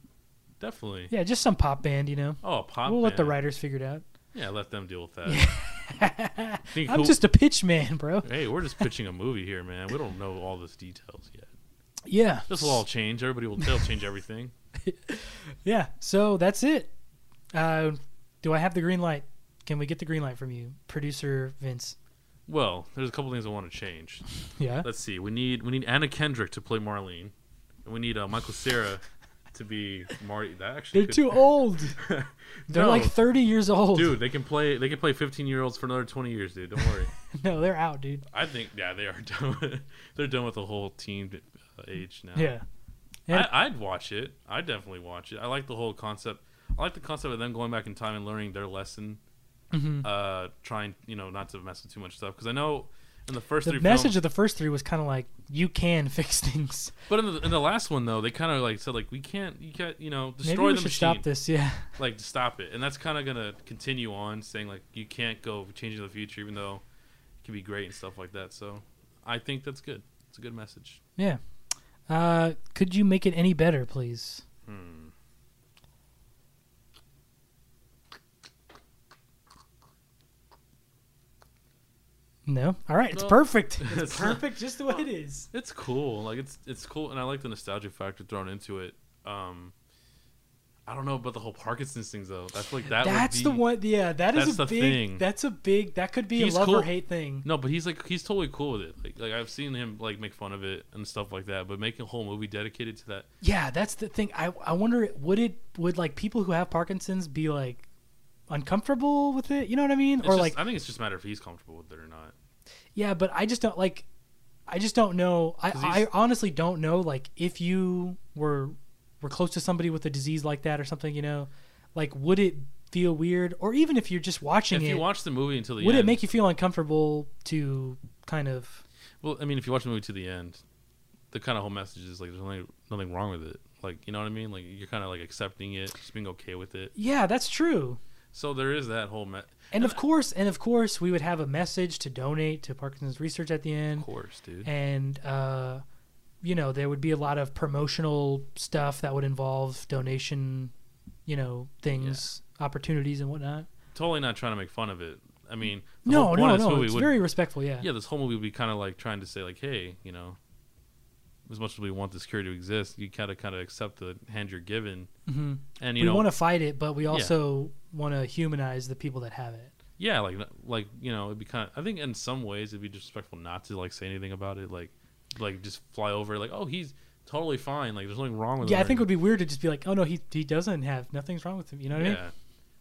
S2: Definitely.
S1: Yeah, just some pop band, you know.
S2: Oh, pop.
S1: we'll let the
S2: band.
S1: writers figure it out.
S2: Yeah, let them deal with that.
S1: *laughs*
S2: Think
S1: I'm
S2: who-
S1: just a pitch man, bro.
S2: Hey, we're just pitching a movie here, man. We don't know all those details yet.
S1: Yeah.
S2: This will all change. Everybody will they'll change everything.
S1: Yeah. So that's it. Uh, do I have the green light? Can we get the green light from you, producer Vince?
S2: Well, there's a couple things I want to change.
S1: Yeah.
S2: Let's see. We need we need Anna Kendrick to play Marlene, and we need uh, Michael Cera to be Marty. That actually
S1: They're
S2: could- *laughs*
S1: too old. They're
S2: No.
S1: like 30 years old.
S2: Dude, they can play. They can play 15 year olds for another 20 years, dude. Don't worry.
S1: *laughs* No, they're out, dude.
S2: I think yeah, they are *laughs* done. With, they're done with the whole teen uh, age now.
S1: Yeah. Yeah.
S2: I, I'd watch it. I definitely watch it. I like the whole concept. I like the concept of them going back in time and learning their lesson.
S1: Mhm.
S2: Uh, trying you know not to mess with too much stuff because I know in the first
S1: The
S2: three
S1: message
S2: films,
S1: of the first three was kind of like, you can *laughs* fix things.
S2: but in the, in the last one though, they kind of like said like we can't you can't you know
S1: Maybe
S2: destroy
S1: we
S2: the
S1: should
S2: machine
S1: stop this. *laughs* Yeah.
S2: like stop it and that's kind of gonna continue on saying like you can't go changing the future even though it can be great and stuff like that. So I think that's good. It's a good message.
S1: Yeah. Uh, could you make it any better, please?
S2: Hmm.
S1: No. All right. It's
S2: No. *laughs*
S1: perfect. It's
S2: It's not-
S1: perfect just the way it is.
S2: It's cool. Like it's it's cool, and I like the nostalgia factor thrown into it. Um, I don't know about the whole Parkinson's thing though. That's like that. would
S1: that's
S2: be-
S1: the one. Yeah. That is
S2: that's
S1: a big.
S2: the thing.
S1: That's a big. That could be
S2: He's
S1: a love
S2: cool.
S1: or hate thing.
S2: No, but he's like he's totally cool with it. Like like I've seen him like make fun of it and stuff like that. But making a whole movie dedicated to that.
S1: Yeah, that's the thing. I I wonder would it would like people who have Parkinson's be like uncomfortable with it? You know what I mean?
S2: It's
S1: or
S2: just-
S1: like
S2: I think it's just a matter if he's comfortable with it or not.
S1: yeah, but I just don't like. I just don't know. I,
S2: 'Cause he's-
S1: I honestly don't know. Like if you were were close to somebody with a disease like that or something, you know, like would it feel weird? Or even if you're just watching
S2: If
S1: it,
S2: you watch the movie until the
S1: would
S2: end,
S1: it make you feel uncomfortable to kind of?
S2: Well, I mean, if you watch the movie to the end, the kind of whole message is like there's nothing, nothing wrong with it. Like you know what I mean? Like you're kind of like accepting it, just being okay with it.
S1: Yeah, that's true.
S2: So there is that whole me-
S1: And of course, and of course, we would have a message to donate to Parkinson's research at the end.
S2: of course, dude.
S1: and uh, you know there would be a lot of promotional stuff that would involve donation, you know, things, opportunities, and whatnot.
S2: totally not trying to make fun of it. I mean, the
S1: No,
S2: whole point
S1: no,
S2: of this
S1: no.
S2: movie
S1: It's
S2: would-
S1: very respectful. Yeah.
S2: yeah, this whole movie would be kind of like trying to say like, hey, you know, as much as we want this cure to exist, you gotta kind of accept the hand you're given,
S1: hmm
S2: and you
S1: We
S2: know,
S1: want to fight it, but we also want to humanize the people that have it.
S2: yeah, like like you know, it'd be kind of. I think in some ways it'd be disrespectful not to like say anything about it, like like just fly over it, like, oh, he's totally fine, like there's nothing wrong with
S1: Yeah,
S2: him.
S1: I think it would be weird to just be like, oh no, he he doesn't have nothing's wrong with him. You know what I mean?
S2: yeah.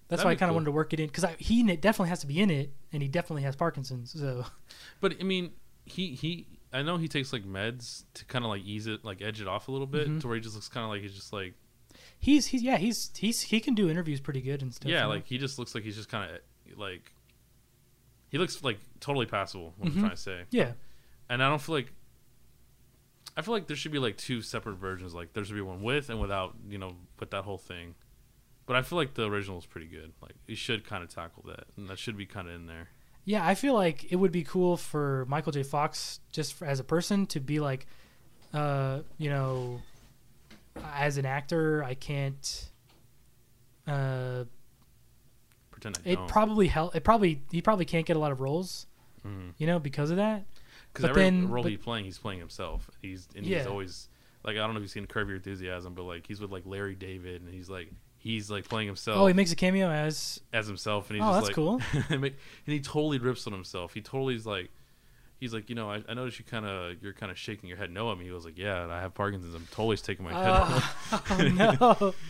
S1: That's
S2: that'd
S1: why I
S2: be
S1: kind of
S2: cool.
S1: wanted to work it in because he ne- definitely has to be in it, and he definitely has Parkinson's. So *laughs*
S2: But I mean, he he. I know he takes like meds to kind of like ease it, like edge it off a little bit,
S1: Mhm.
S2: to where he just looks kind of like he's just like
S1: he's he's yeah he's he's he can do interviews pretty good and stuff. you
S2: yeah,
S1: know?
S2: like he just looks like he's just kind of like he looks like totally passable. What
S1: Mhm.
S2: I'm trying to say,
S1: yeah,
S2: and I don't feel like I feel like there should be like two separate versions. Like there should be one with and without, you know, with that whole thing. But I feel like the original is pretty good. Like you should kind of tackle that, and that should be kind of in there.
S1: Yeah, I feel like it would be cool for Michael J. Fox just for, as a person to be like, uh, you know, as an actor, I can't. Uh,
S2: Pretend I
S1: it
S2: don't.
S1: probably hel- It probably he probably can't get a lot of roles,
S2: Mhm.
S1: you know, because of that.
S2: Because
S1: But
S2: every
S1: then-
S2: role
S1: but-
S2: he's playing, he's playing himself. He's and
S1: Yeah.
S2: he's always like I don't know if you've seen Curb Your Enthusiasm, but like he's with like Larry David, and he's like he's like playing himself
S1: Oh, he makes a cameo as
S2: as himself, and he's
S1: Oh,
S2: just
S1: that's
S2: like
S1: cool.
S2: *laughs* and make- and he totally rips on himself. He totally is like he's like you know I, I noticed you kind of you're kind of shaking your head no at me. He was like yeah, and I have Parkinson's. I'm totally taking my head
S1: Uh, *laughs*
S2: off.
S1: oh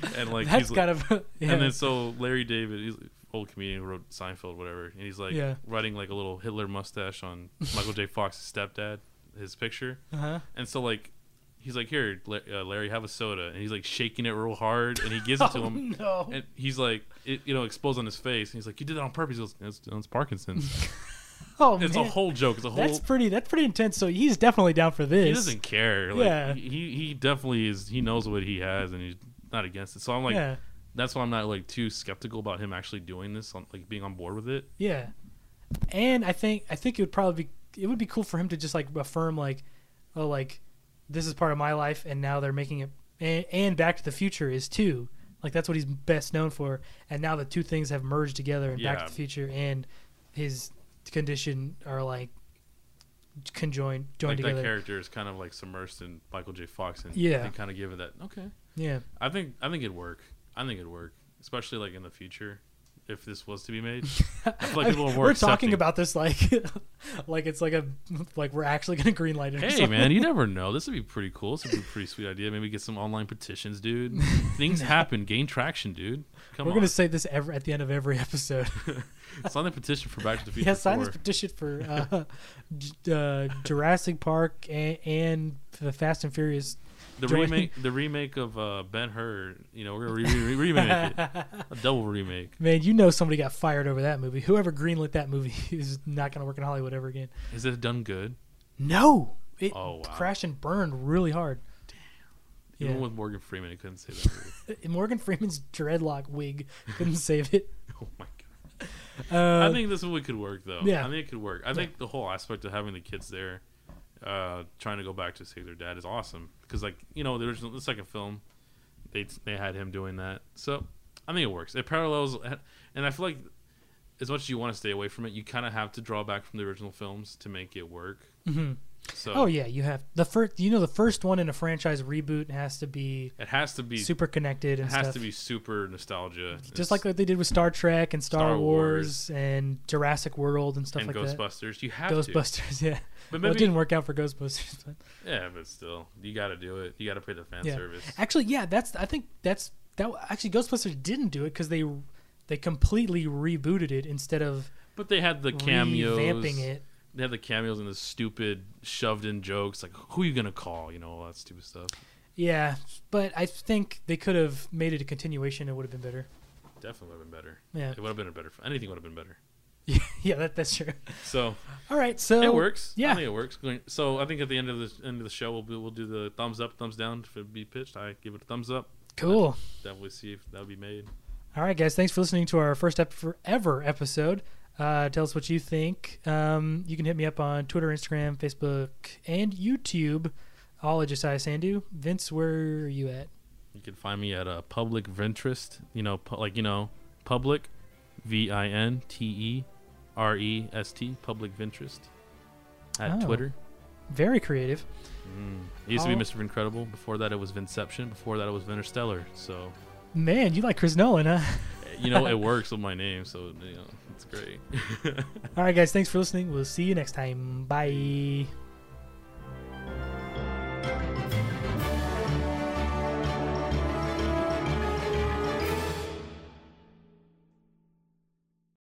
S1: no,
S2: and *laughs* like
S1: that's
S2: he's
S1: kind
S2: like,
S1: of *laughs* yeah.
S2: and then so Larry David, he's an old comedian who wrote Seinfeld, whatever, and he's like
S1: Yeah.
S2: writing like a little Hitler mustache on
S1: *laughs*
S2: Michael J. Fox's stepdad, his picture. *laughs*
S1: uh-huh.
S2: And so like, he's like, "Here, La- uh, Larry, have a soda," and he's like shaking it real hard, and he gives it
S1: *laughs*
S2: to
S1: Oh,
S2: him,
S1: no.
S2: and he's like, it, you know, exposed on his face, and he's like, "You did that on purpose." He goes, "It's, it's Parkinson's."
S1: *laughs* oh
S2: it's
S1: man,
S2: a whole joke. It's a whole.
S1: that's pretty. That's pretty intense. So he's definitely down for this.
S2: he doesn't care. Like,
S1: Yeah.
S2: He he definitely is. He knows what he has, and he's not against it. So I'm like,
S1: yeah,
S2: that's why I'm not like too skeptical about him actually doing this, on, like being on board with it.
S1: Yeah, and I think I think it would probably be it would be cool for him to just like affirm like, oh like, this is part of my life, and now they're making it. And, and Back to the Future is too. Like that's what he's best known for, and now the two things have merged together. And Back
S2: Yeah.
S1: to the Future and his condition are like conjoined joined
S2: like that
S1: together.
S2: character is kind of like submersed in Michael J. Fox, and
S1: Yeah.
S2: they kind of give it that. Okay,
S1: Yeah,
S2: I think I think it'd work. I think it'd work,
S1: *laughs*
S2: especially like in the future, if this was to be made. I feel like people are more
S1: we're talking
S2: accepting.
S1: about this like *laughs* like it's like a like we're actually gonna greenlight it. or
S2: Hey
S1: something.
S2: man,
S1: *laughs*
S2: you never know. This would be pretty cool. This would be a pretty sweet idea. Maybe get some online petitions,
S1: *laughs*
S2: dude. Things happen. Gain traction, dude. Come
S1: we're
S2: on.
S1: gonna say this every at the end of every episode.
S2: sign the petition for
S1: *laughs*
S2: Back to the Future.
S1: yeah, sign this
S2: 4.
S1: petition
S2: *laughs*
S1: for uh, J- uh, Jurassic Park and, and the Fast and Furious.
S2: the
S1: join-
S2: remake. The remake of uh, Ben Hur. You know, we're gonna re-
S1: *laughs*
S2: re- remake it. A double remake.
S1: Man, you know somebody got fired over that movie. Whoever greenlit that movie *laughs* is not gonna work in Hollywood ever again.
S2: Is it done good?
S1: No, it
S2: Oh, wow.
S1: crashed and burned really hard.
S2: Even
S1: Yeah.
S2: with Morgan Freeman, it couldn't say that. *laughs* word.
S1: Uh, Morgan Freeman's dreadlock
S2: *laughs*
S1: wig couldn't save it.
S2: oh my god.
S1: Uh,
S2: I think this movie could work though.
S1: yeah.
S2: I think it could work. I think the whole aspect of having the kids there, uh, trying to go back to save their dad is awesome because like you know the original the second film, they they had him doing that. So I think it works. It parallels, and I feel like as much as you want to stay away from it, you kind of have to draw back from the original films to make it work.
S1: mhm.
S2: So
S1: Oh yeah, you have the first. You know, the first one in a franchise reboot has to be
S2: it has to be
S1: super connected
S2: it
S1: and
S2: has
S1: stuff.
S2: to be super nostalgia,
S1: just like what they did with Star Trek and Star,
S2: Star
S1: Wars, and Jurassic World and stuff
S2: and
S1: like that.
S2: Ghostbusters. You have to,
S1: Ghostbusters, *laughs* yeah.
S2: but
S1: Well, it
S2: maybe
S1: didn't work out for Ghostbusters. *laughs* But
S2: yeah, but still, you got to do it. You got to pay the fan
S1: Yeah.
S2: service.
S1: actually, yeah, that's. I think that's that. Actually, Ghostbusters didn't do it because they they completely rebooted it instead of
S2: But they had the cameos.
S1: revamping it.
S2: They had the cameos and the stupid shoved in jokes like who you gonna call, you know, all that stupid stuff.
S1: Yeah, but I think they could have made it a continuation. It would have been better.
S2: Definitely would have been better.
S1: Yeah,
S2: It would have been a better anything would have been better.
S1: *laughs* yeah, that, that's true.
S2: So
S1: All right, so
S2: it works.
S1: yeah.
S2: I think it works. Going- So I think at the end of the end of the show we'll be, we'll do the thumbs up, thumbs down if it be pitched. I give it a thumbs up.
S1: Cool.
S2: Definitely see if that'll be made.
S1: All right, guys. Thanks for listening to our first ep- for ever episode. Uh, tell us what you think. Um, you can hit me up on Twitter, Instagram, Facebook, and YouTube. All at Josiah Sandu. Vince, where are you at?
S2: You can find me at uh, Public Ventrist, you know, pu- like you know, Public V I N T E R E S T, Public Ventrist at
S1: Oh.
S2: Twitter.
S1: Very creative.
S2: Mm. It used to
S1: All-
S2: be Mr. Incredible. Before that, it was Vinception. Before that, it was Interstellar. So,
S1: Man, you like Chris Nolan, huh?
S2: you know, it works with my name. So, you know, it's great.
S1: All right, guys. Thanks for listening. We'll see you next time. Bye.